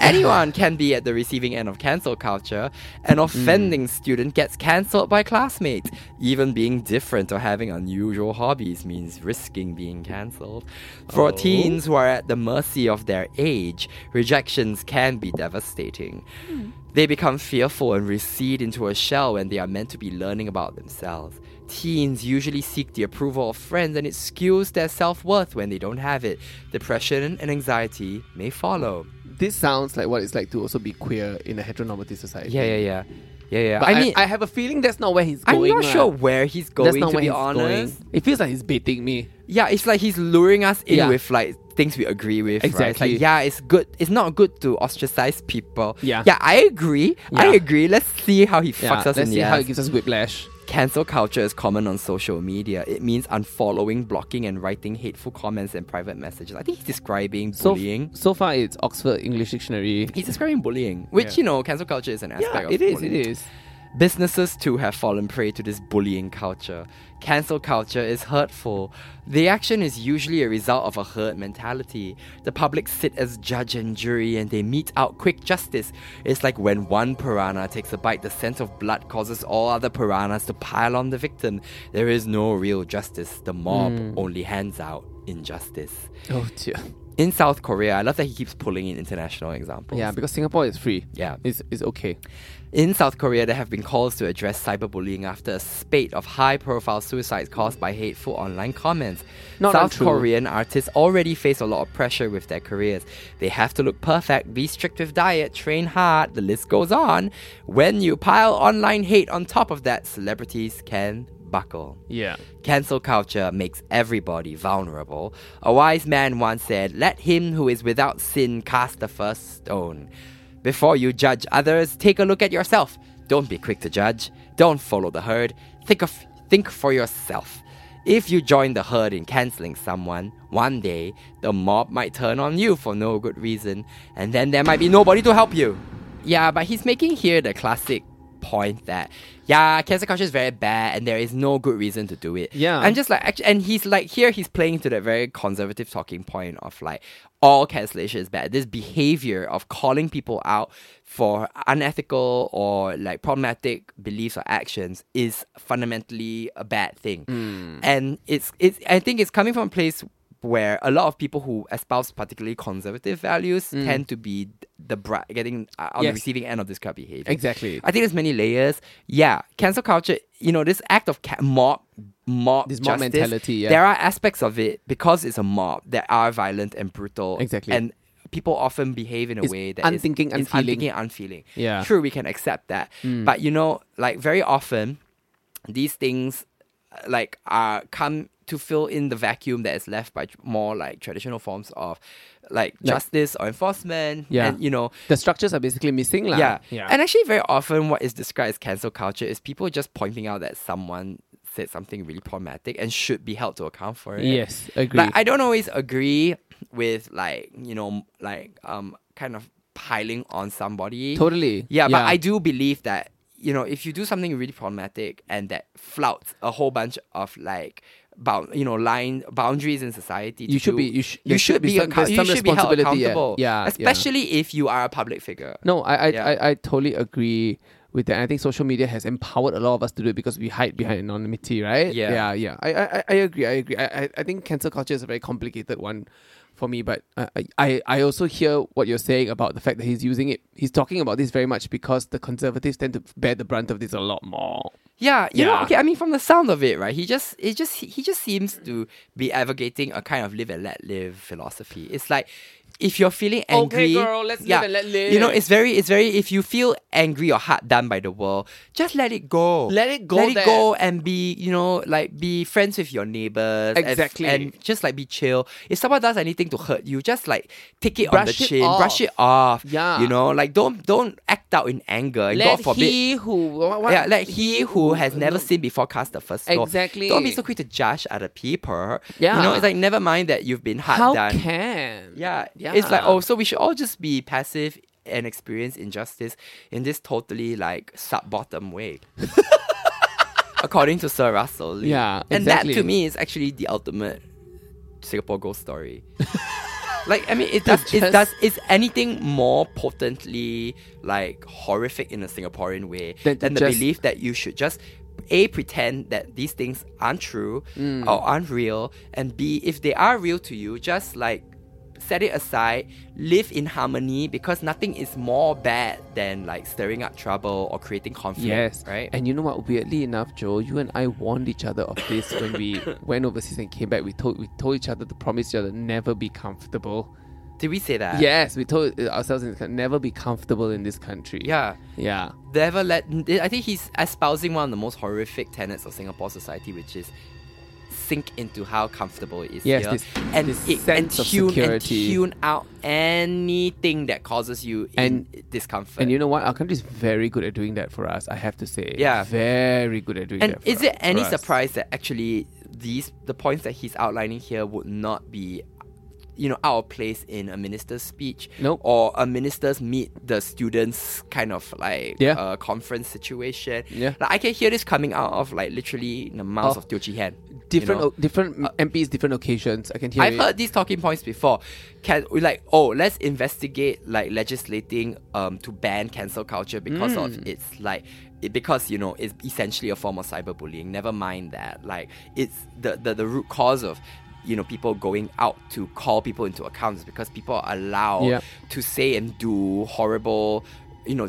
B: Anyone can be at the receiving end of cancel culture.
C: Hmm.
B: An offending student gets cancelled by classmates. Even being different or having unusual hobbies means risking being cancelled.
C: Oh.
B: For teens who are at the mercy of their age, rejections can be devastating.
C: Hmm.
B: They become fearful and recede into a shell when they are meant to be learning about themselves. Teens usually seek the approval of friends and it skews their self worth when they don't have it. Depression and anxiety may follow.
C: This sounds like what it's like to also be queer in a heteronormative society.
B: Yeah, yeah, yeah. Yeah, yeah.
C: But
B: I mean,
C: I have a feeling that's not where he's
B: I, am
C: going.
B: not
C: lah.
B: sure where he's
C: That's
B: going,
C: not
B: to
C: where
B: be
C: he's
B: honest.
C: going. It feels like he's baiting me.
B: Yeah, it's like he's luring us in
C: Yeah.
B: with like things we agree with. right? It's like,
C: Exactly.
B: yeah, it's good. It's not good to ostracize people.
C: Yeah.
B: Yeah, I agree. I
C: Yeah.
B: agree. Let's see how he
C: Yeah,
B: fucks us
C: let's
B: in
C: see
B: the
C: how
B: ass.
C: it gives us whiplash.
B: Cancel culture is common on social media. It means unfollowing, blocking, and writing hateful comments and private messages. I think he's describing
C: So,
B: bullying.
C: so far, it's Oxford English Dictionary.
B: He's describing bullying, which
C: Yeah.
B: you know, cancel culture is an aspect
C: Yeah,
B: of
C: it is. It
B: bullying.
C: is.
B: Businesses too have fallen prey to this bullying culture. Cancel culture is hurtful. The action is usually a result of a herd mentality. The public sit as judge and jury and they mete out quick justice. It's like when one piranha takes a bite, the scent of blood causes all other piranhas to pile on the victim. There is no real justice. The mob only hands out injustice.
C: Oh dear.
B: In South Korea, I love that he keeps pulling in international examples.
C: Yeah, because Singapore is free.
B: Yeah.
C: it's it's okay.
B: In South Korea, there have been calls to address cyberbullying after a spate of high profile suicides caused by hateful online comments.
C: Not
B: South
C: untrue.
B: Korean artists already face a lot of pressure with their careers. They have to look perfect, be strict with diet, train hard, the list goes on. When you pile online hate on top of that, celebrities can buckle.
C: Yeah.
B: Cancel culture makes everybody vulnerable. A wise man once said, Let him who is without sin cast the first stone. Before you judge others, take a look at yourself. Don't be quick to judge. Don't follow the herd. Think, of, think for yourself. If you join the herd in canceling someone, one day the mob might turn on you for no good reason, and then there might be nobody to help you. Yeah, but he's making here the classic point that yeah, cancel culture is very bad and there is no good reason to do it.
C: Yeah.
B: And just like actually and he's like here he's playing to that very conservative talking point of like all cancellation is bad. This behavior of calling people out for unethical or like problematic beliefs or actions is fundamentally a bad thing.
C: Hmm.
B: And it's it's I think it's coming from a place where a lot of people who espouse particularly conservative values tend to be the bra- getting uh, on the
C: Hmm. Yes.
B: receiving end of this kind of behavior.
C: Exactly.
B: I think there's many layers. Yeah, cancel culture. You know, this act of ca- mob, mob,
C: This mob
B: justice,
C: mentality, yeah.
B: There are aspects of it because it's a mob that are violent and brutal.
C: Exactly.
B: And people often behave in a
C: It's
B: way that is-
C: unthinking,
B: is
C: unfeeling.
B: unthinking, unfeeling.
C: Yeah. Mm.
B: True, we can accept that. But you know, like very often, these things, uh, like, are come to fill in the vacuum that is left by tr- more like traditional forms of like justice or enforcement
C: Yeah.
B: and you know
C: The structures are basically missing, lah.
B: yeah. And actually, very often, what is described as cancel culture is people just pointing out that someone said something really problematic and should be held to account for it.
C: yes, agree.
B: Like, I don't always agree with, like, you know, m- like, um, kind of piling on somebody.
C: totally.
B: Yeah, but I do believe that you know if you do something really problematic and that flouts a whole bunch of like bound you know line boundaries in society, to
C: You should
B: do-
C: be- you sh-
B: you
C: there
B: should be
C: some-
B: accou-
C: there's
B: you
C: some
B: should be held
C: responsibility, yeah.
B: accountable.
C: Yeah, yeah.
B: especially if you are a public figure.
C: No, I I,
B: Yeah.
C: I I totally agree with that. I think social media has empowered a lot of us to do it because we hide behind anonymity, right?
B: Yeah.
C: yeah, yeah. I I, I- I agree. I agree. I, I I think cancel culture is a very complicated one for me, but I, I- I I also hear what you're saying about the fact that he's using it. He's talking about this very much because the conservatives tend to bear the brunt of this a lot more.
B: Yeah, you know,
C: Yeah.
B: okay. I mean, from the sound of it, right? He just, it just, he just seems to be advocating a kind of live and let live philosophy. It's like if you're feeling angry,
C: girl, let's live and let
B: You know,
C: live.
B: it's very, it's very. If you feel angry or hard done by the world, just let it go.
C: Let it go
B: Let it
C: then.
B: go and be, you know, like be friends with your neighbors. and-
C: Exactly.
B: And, just like be chill. If someone does anything to hurt you, just like take it on the
C: Brush it
B: chin, brush
C: off.
B: it off.
C: Yeah.
B: You know, like don't don't act out in anger. and God
C: Let
B: forbid.
C: he who what, what-
B: Yeah, like he who has never seen before cast the first stone.
C: Exactly.
B: Don't be so quick to judge other people. You know,
C: Yeah.
B: it's like never mind that you've been hard
C: how
B: done.
C: can
B: yeah. It's like, oh, so we should all just be passive and experience injustice in this totally like sub bottom
C: <laughs>
B: way. According to Sir Russell. Lee.
C: Yeah,
B: And that
C: exactly.
B: to me is actually the ultimate Singapore ghost
C: <laughs>
B: story. like I mean it does it
C: just-
B: does is anything more potently like horrific in a Singaporean way
C: Than
B: than,
C: to
B: the
C: just-
B: belief that you should just a pretend that these things aren't true
C: Mm.
B: or aren't real and b if they are real to you just like set it aside live in harmony because nothing is more bad than like stirring up trouble or creating conflict
C: Yes,
B: right
C: And you know what? Weirdly enough, Joel, you and I warned each other of this when
B: <coughs>
C: we went overseas and came back. We told we told each other to promise each other never be comfortable.
B: did we say that
C: Yes, we told ourselves in this coun- never be comfortable in this country.
B: yeah
C: yeah.
B: never let. I think he's espousing one of the most horrific tenets of Singapore society, which is sink into how comfortable it is
C: Yes,
B: here
C: this-
B: and
C: this
B: it,
C: sense
B: and
C: of
B: tune and
C: security.
B: tune out anything that causes you in discomfort.
C: And you know what? Our country is very good at doing that for us. I have to say.
B: Yeah.
C: very good at doing
B: and
C: that. for
B: is it
C: us-
B: any
C: for us.
B: surprise that actually these the points that he's outlining here would not be you know out of place in a minister's speech
C: Nope.
B: or a minister's meet the students kind of like
C: Yeah.
B: uh, conference situation
C: Yeah.
B: like i can hear this coming out of like literally the mouths
C: Oh.
B: of Teo Chee Hean
C: Different, o different MPs, different occasions. I can hear
B: Uh, I've
C: it.
B: heard these talking points before. Can we like oh let's investigate like legislating um to ban cancel culture because
C: Hmm.
B: of it's like it, because you know it's essentially a form of cyberbullying. Never mind that like it's the the, the root cause of you know people going out to call people into accounts is because people are allowed
C: Yeah.
B: to say and do horrible you know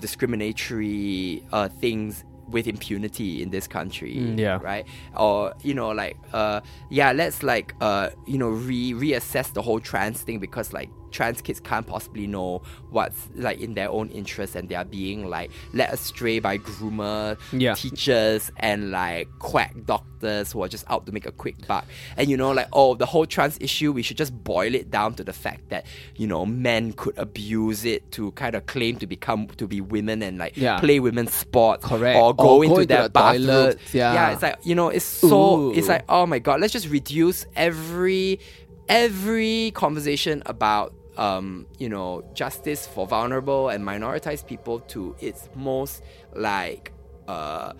B: discriminatory uh things with impunity in this country
C: Mm, yeah.
B: right right? Or you know, like uh, yeah, let's like uh, you know, re reassess the whole trans thing because like trans kids can't possibly know what's like in their own interest and they are being like led astray by groomer
C: Yeah.
B: teachers and like quack doctors who are just out to make a quick buck. And you know, like oh, the whole trans issue, we should just boil it down to the fact that you know men could abuse it to kind of claim to become to be women and like
C: Yeah.
B: play women's sports
C: Correct.
B: or go,
C: Or go
B: into,
C: into
B: their
C: the
B: bathrooms.
C: toilets, yeah.
B: yeah, it's like like, you know it's so
C: Ooh.
B: it's like oh my god let's just reduce every every conversation about um you know justice for vulnerable and minoritized people to its most like uh,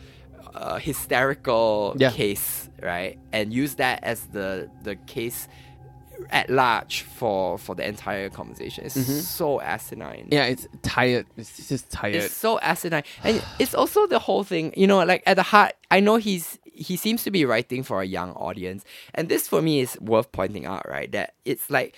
B: uh hysterical
C: Yeah.
B: case right and use that as the the case at large for for the entire conversation it's
C: Mm-hmm.
B: so asinine
C: Yeah, it's tired. It's it's just tired.
B: it's so asinine, and it's also the whole thing. You know, like at the heart, I know he's he seems to be writing for a young audience, and this for me is worth pointing out, right? That it's like.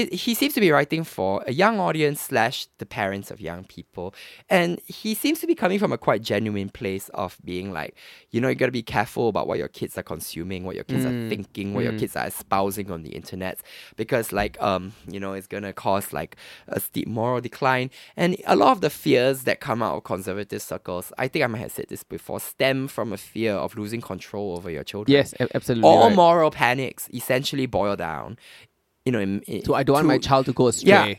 B: It, he seems to be writing for a young audience slash the parents of young people and he seems to be coming from a quite genuine place of being like you know you gotta be careful about what your kids are consuming what your kids
C: Mm.
B: are thinking what your kids are espousing on the internet because like um you know it's gonna cause like a steep moral decline and a lot of the fears that come out of conservative circles i think i might have said this before stem from a fear of losing control over your children
C: yes, a- absolutely.
B: all
C: right.
B: moral panics essentially boil down you know in, in-
C: So I don't want my
B: to-
C: child to go astray.
B: yeah.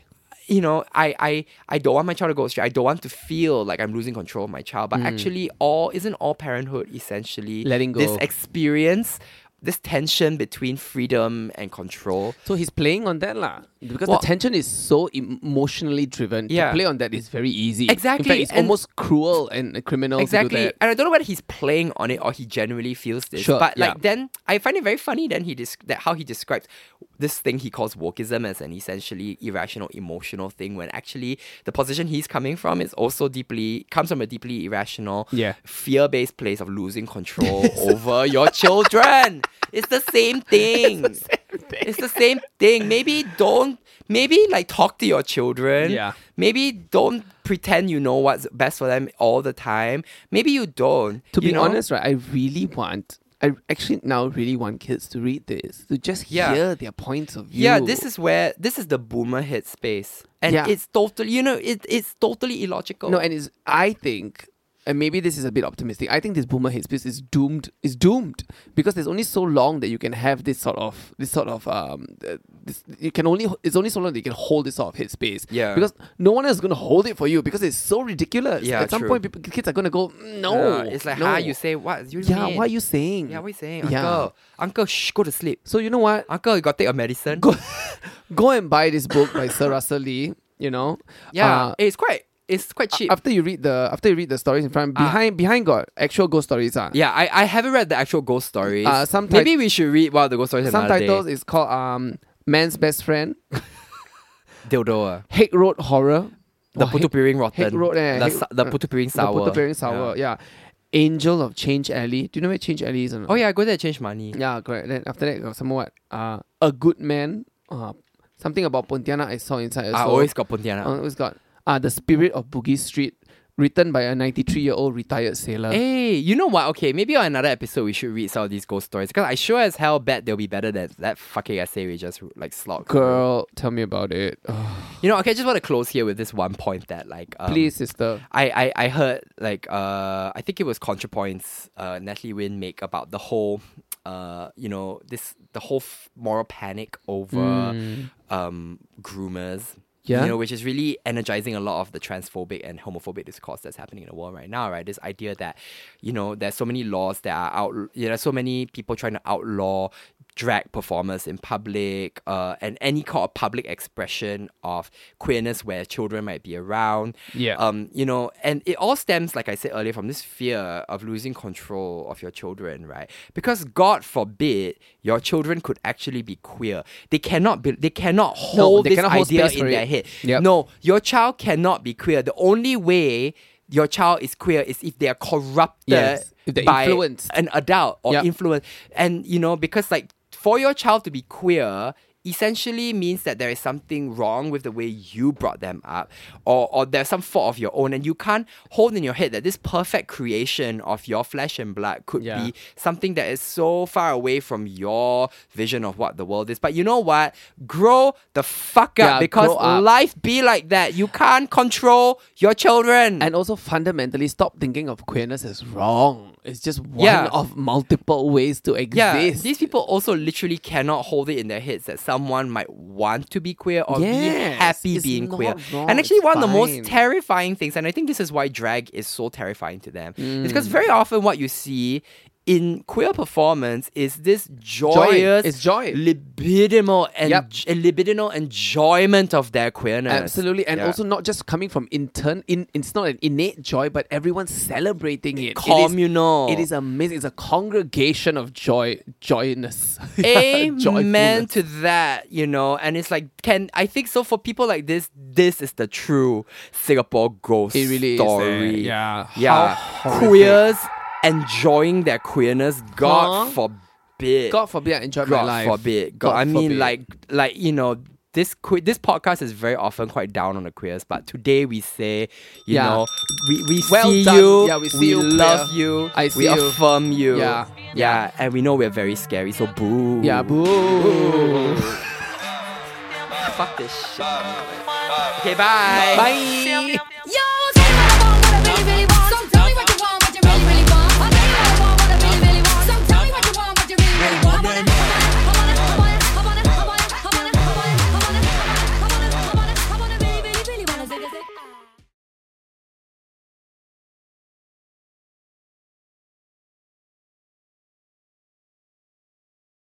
B: You know, I, I I don't want my child to go astray. I don't want to feel like I'm losing control of my child. But actually all isn't all parenthood essentially
C: Hmm. Letting
B: this
C: go.
B: experience, this tension between freedom and control.
C: So he's playing on that lah. Because
B: Well-
C: the tension is so emotionally driven.
B: Yeah.
C: To play on that is very easy.
B: Exactly,
C: In fact, it's
B: and-
C: almost cruel and criminal to do
B: Exactly.
C: that.
B: And I don't know whether he's playing on it or he genuinely feels this.
C: Sure,
B: but like
C: yeah.
B: then I find it very funny then he dis- that how he describes this thing he calls wokeism as an essentially irrational emotional thing when actually the position he's coming from is also deeply comes from a deeply irrational
C: Yeah.
B: fear-based
C: <laughs>
B: place of losing control over your children. It's the same thing.
C: thing.
B: It's the same thing. Maybe don't. Maybe like talk to your children.
C: Yeah.
B: Maybe don't pretend you know what's best for them all the time. Maybe you don't.
C: to
B: you
C: be
B: know?
C: honest, right? I really want. I actually now really want kids to read this to just
B: Yeah.
C: hear their points of view.
B: Yeah, this is where this is the boomer head space, and
C: Yeah.
B: it's totally you know it it's totally illogical.
C: no, and it's I think, and maybe this is a bit optimistic. I think this boomer headspace is doomed. Is doomed because there's only so long that you can have this sort of this sort of um. uh, This, you can only it's only so long that you can hold this sort of headspace.
B: Yeah.
C: Because no one else is gonna hold it for you because it's so ridiculous.
B: Yeah,
C: At some
B: true.
C: point, people, kids are gonna go "Mm, no.
B: Yeah, it's like
C: no.
B: how you say what you
C: Yeah.
B: mean?
C: What are you saying?
B: yeah what you saying uncle
C: Yeah.
B: uncle shh go to sleep
C: So you know what?
B: uncle you got to take a medicine
C: go go and buy this book by Sir Russell Lee. You know,
B: yeah
C: Uh,
B: it's quite it's quite cheap
C: after you read the after you read the stories in front,
B: Ah.
C: behind behind got actual ghost stories. Ah,
B: yeah I, I haven't read the actual ghost stories
C: Uh, some tit-
B: maybe we should read one of the ghost stories
C: Some
B: another day.
C: titles is called um Man's Best Friend,
B: dildo ah.
C: Hague Road Horror,
B: the
C: or
B: putu piring rotten
C: Hague Road, eh,
B: the,
C: Hague-
B: sa- the putu piring
C: The
B: sour
C: Putu Piring Sour. Yeah. Angel of Change Alley. Do you know where Change Alley is? or not?
B: oh yeah I go there and change money
C: Yeah, correct. Then after that, got some more what? Uh, a Good Man. Uh, something about Pontianak I saw inside. as
B: I
C: well.
B: always got Pontianak
C: Uh, it's got uh, The Spirit of Boogie Street, written by a 93 year old retired sailor.
B: Hey, you know what? Okay, maybe on another episode we should read some of these ghost stories because I sure as hell bet they'll be better than that fucking essay we just like slog. through.
C: Girl, tell me about it. Ugh.
B: you know. Okay, I just want to close here with this one point that like, um,
C: Please, sister.
B: I, I I heard like uh I think it was ContraPoints uh Natalie Wynn make about the whole uh you know this the whole f- moral panic over um groomers.
C: Yeah.
B: You know, which is really energizing a lot of the transphobic and homophobic discourse that's happening in the world right now, right? This idea that, you know, there's so many laws that are out, you know, there's so many people trying to outlaw drag performers in public uh, and any kind of public expression of queerness where children might be around.
C: Yeah.
B: Um, you know, and it all stems, like I said earlier, from this fear of losing control of your children, right? Because God forbid your children could actually be queer. They cannot be. They cannot hold
C: they
B: this
C: cannot hold
B: idea
C: space for
B: in their
C: it.
B: head.
C: Yep.
B: No, your child cannot be queer. The only way. Your child is queer is if they are corrupted
C: Yes, if they're
B: by
C: influenced.
B: an adult or
C: Yep.
B: influence and you know because like for your child to be queer essentially means that there is something wrong with the way you brought them up or, or there's some fault of your own and you can't hold in your head that this perfect creation of your flesh and blood could
C: Yeah.
B: be something that is so far away from your vision of what the world is but you know what grow the fuck up
C: Yeah,
B: because
C: grow up.
B: life be like that you can't control your children
C: And also, fundamentally, stop thinking of queerness as wrong. It's just one
B: Yeah.
C: of multiple ways to exist.
B: Yeah, these people also literally cannot hold it in their heads that someone might want to be queer or be
C: Yes,
B: happy
C: it's
B: being
C: not
B: queer.
C: wrong,
B: and actually,
C: it's
B: one of the most
C: fine.
B: terrifying things, and I think this is why drag is so terrifying to them, is because very
C: Mm.
B: often what you see in queer performance is this joyous,
C: It's joy.
B: libidinal and
C: Yep.
B: libidinal enjoyment of their queerness.
C: Absolutely, and
B: Yeah.
C: also not just coming from intern. In it's not an innate joy, but everyone's celebrating it. It is-
B: Communal.
C: It is, amazing. It's a congregation of joy, joyness. <laughs>
B: amen
C: Joyfulness.
B: to that you know and it's like can i think so for people like this this is the true singapore ghost
C: It really is, eh?
B: story
C: Yeah.
B: yeah
C: How horrific.
B: queers enjoying their queerness god
C: Huh?
B: forbid
C: God forbid I enjoy my
B: God
C: life.
B: forbid god, i mean
C: forbid.
B: like like you know this que- this podcast is very often quite down on the queers, but today we say, you
C: Yeah.
B: know, we, we
C: Well
B: see
C: done.
B: you,
C: Yeah, we see
B: we
C: you,
B: love
C: queer.
B: you,
C: I see
B: we
C: you.
B: affirm you,
C: Yeah.
B: yeah, and we know we're very scary, so boo,
C: yeah, boo.
B: Fuck this shit. Okay, bye.
C: Bye.
E: Yo, say what I want, what I really, really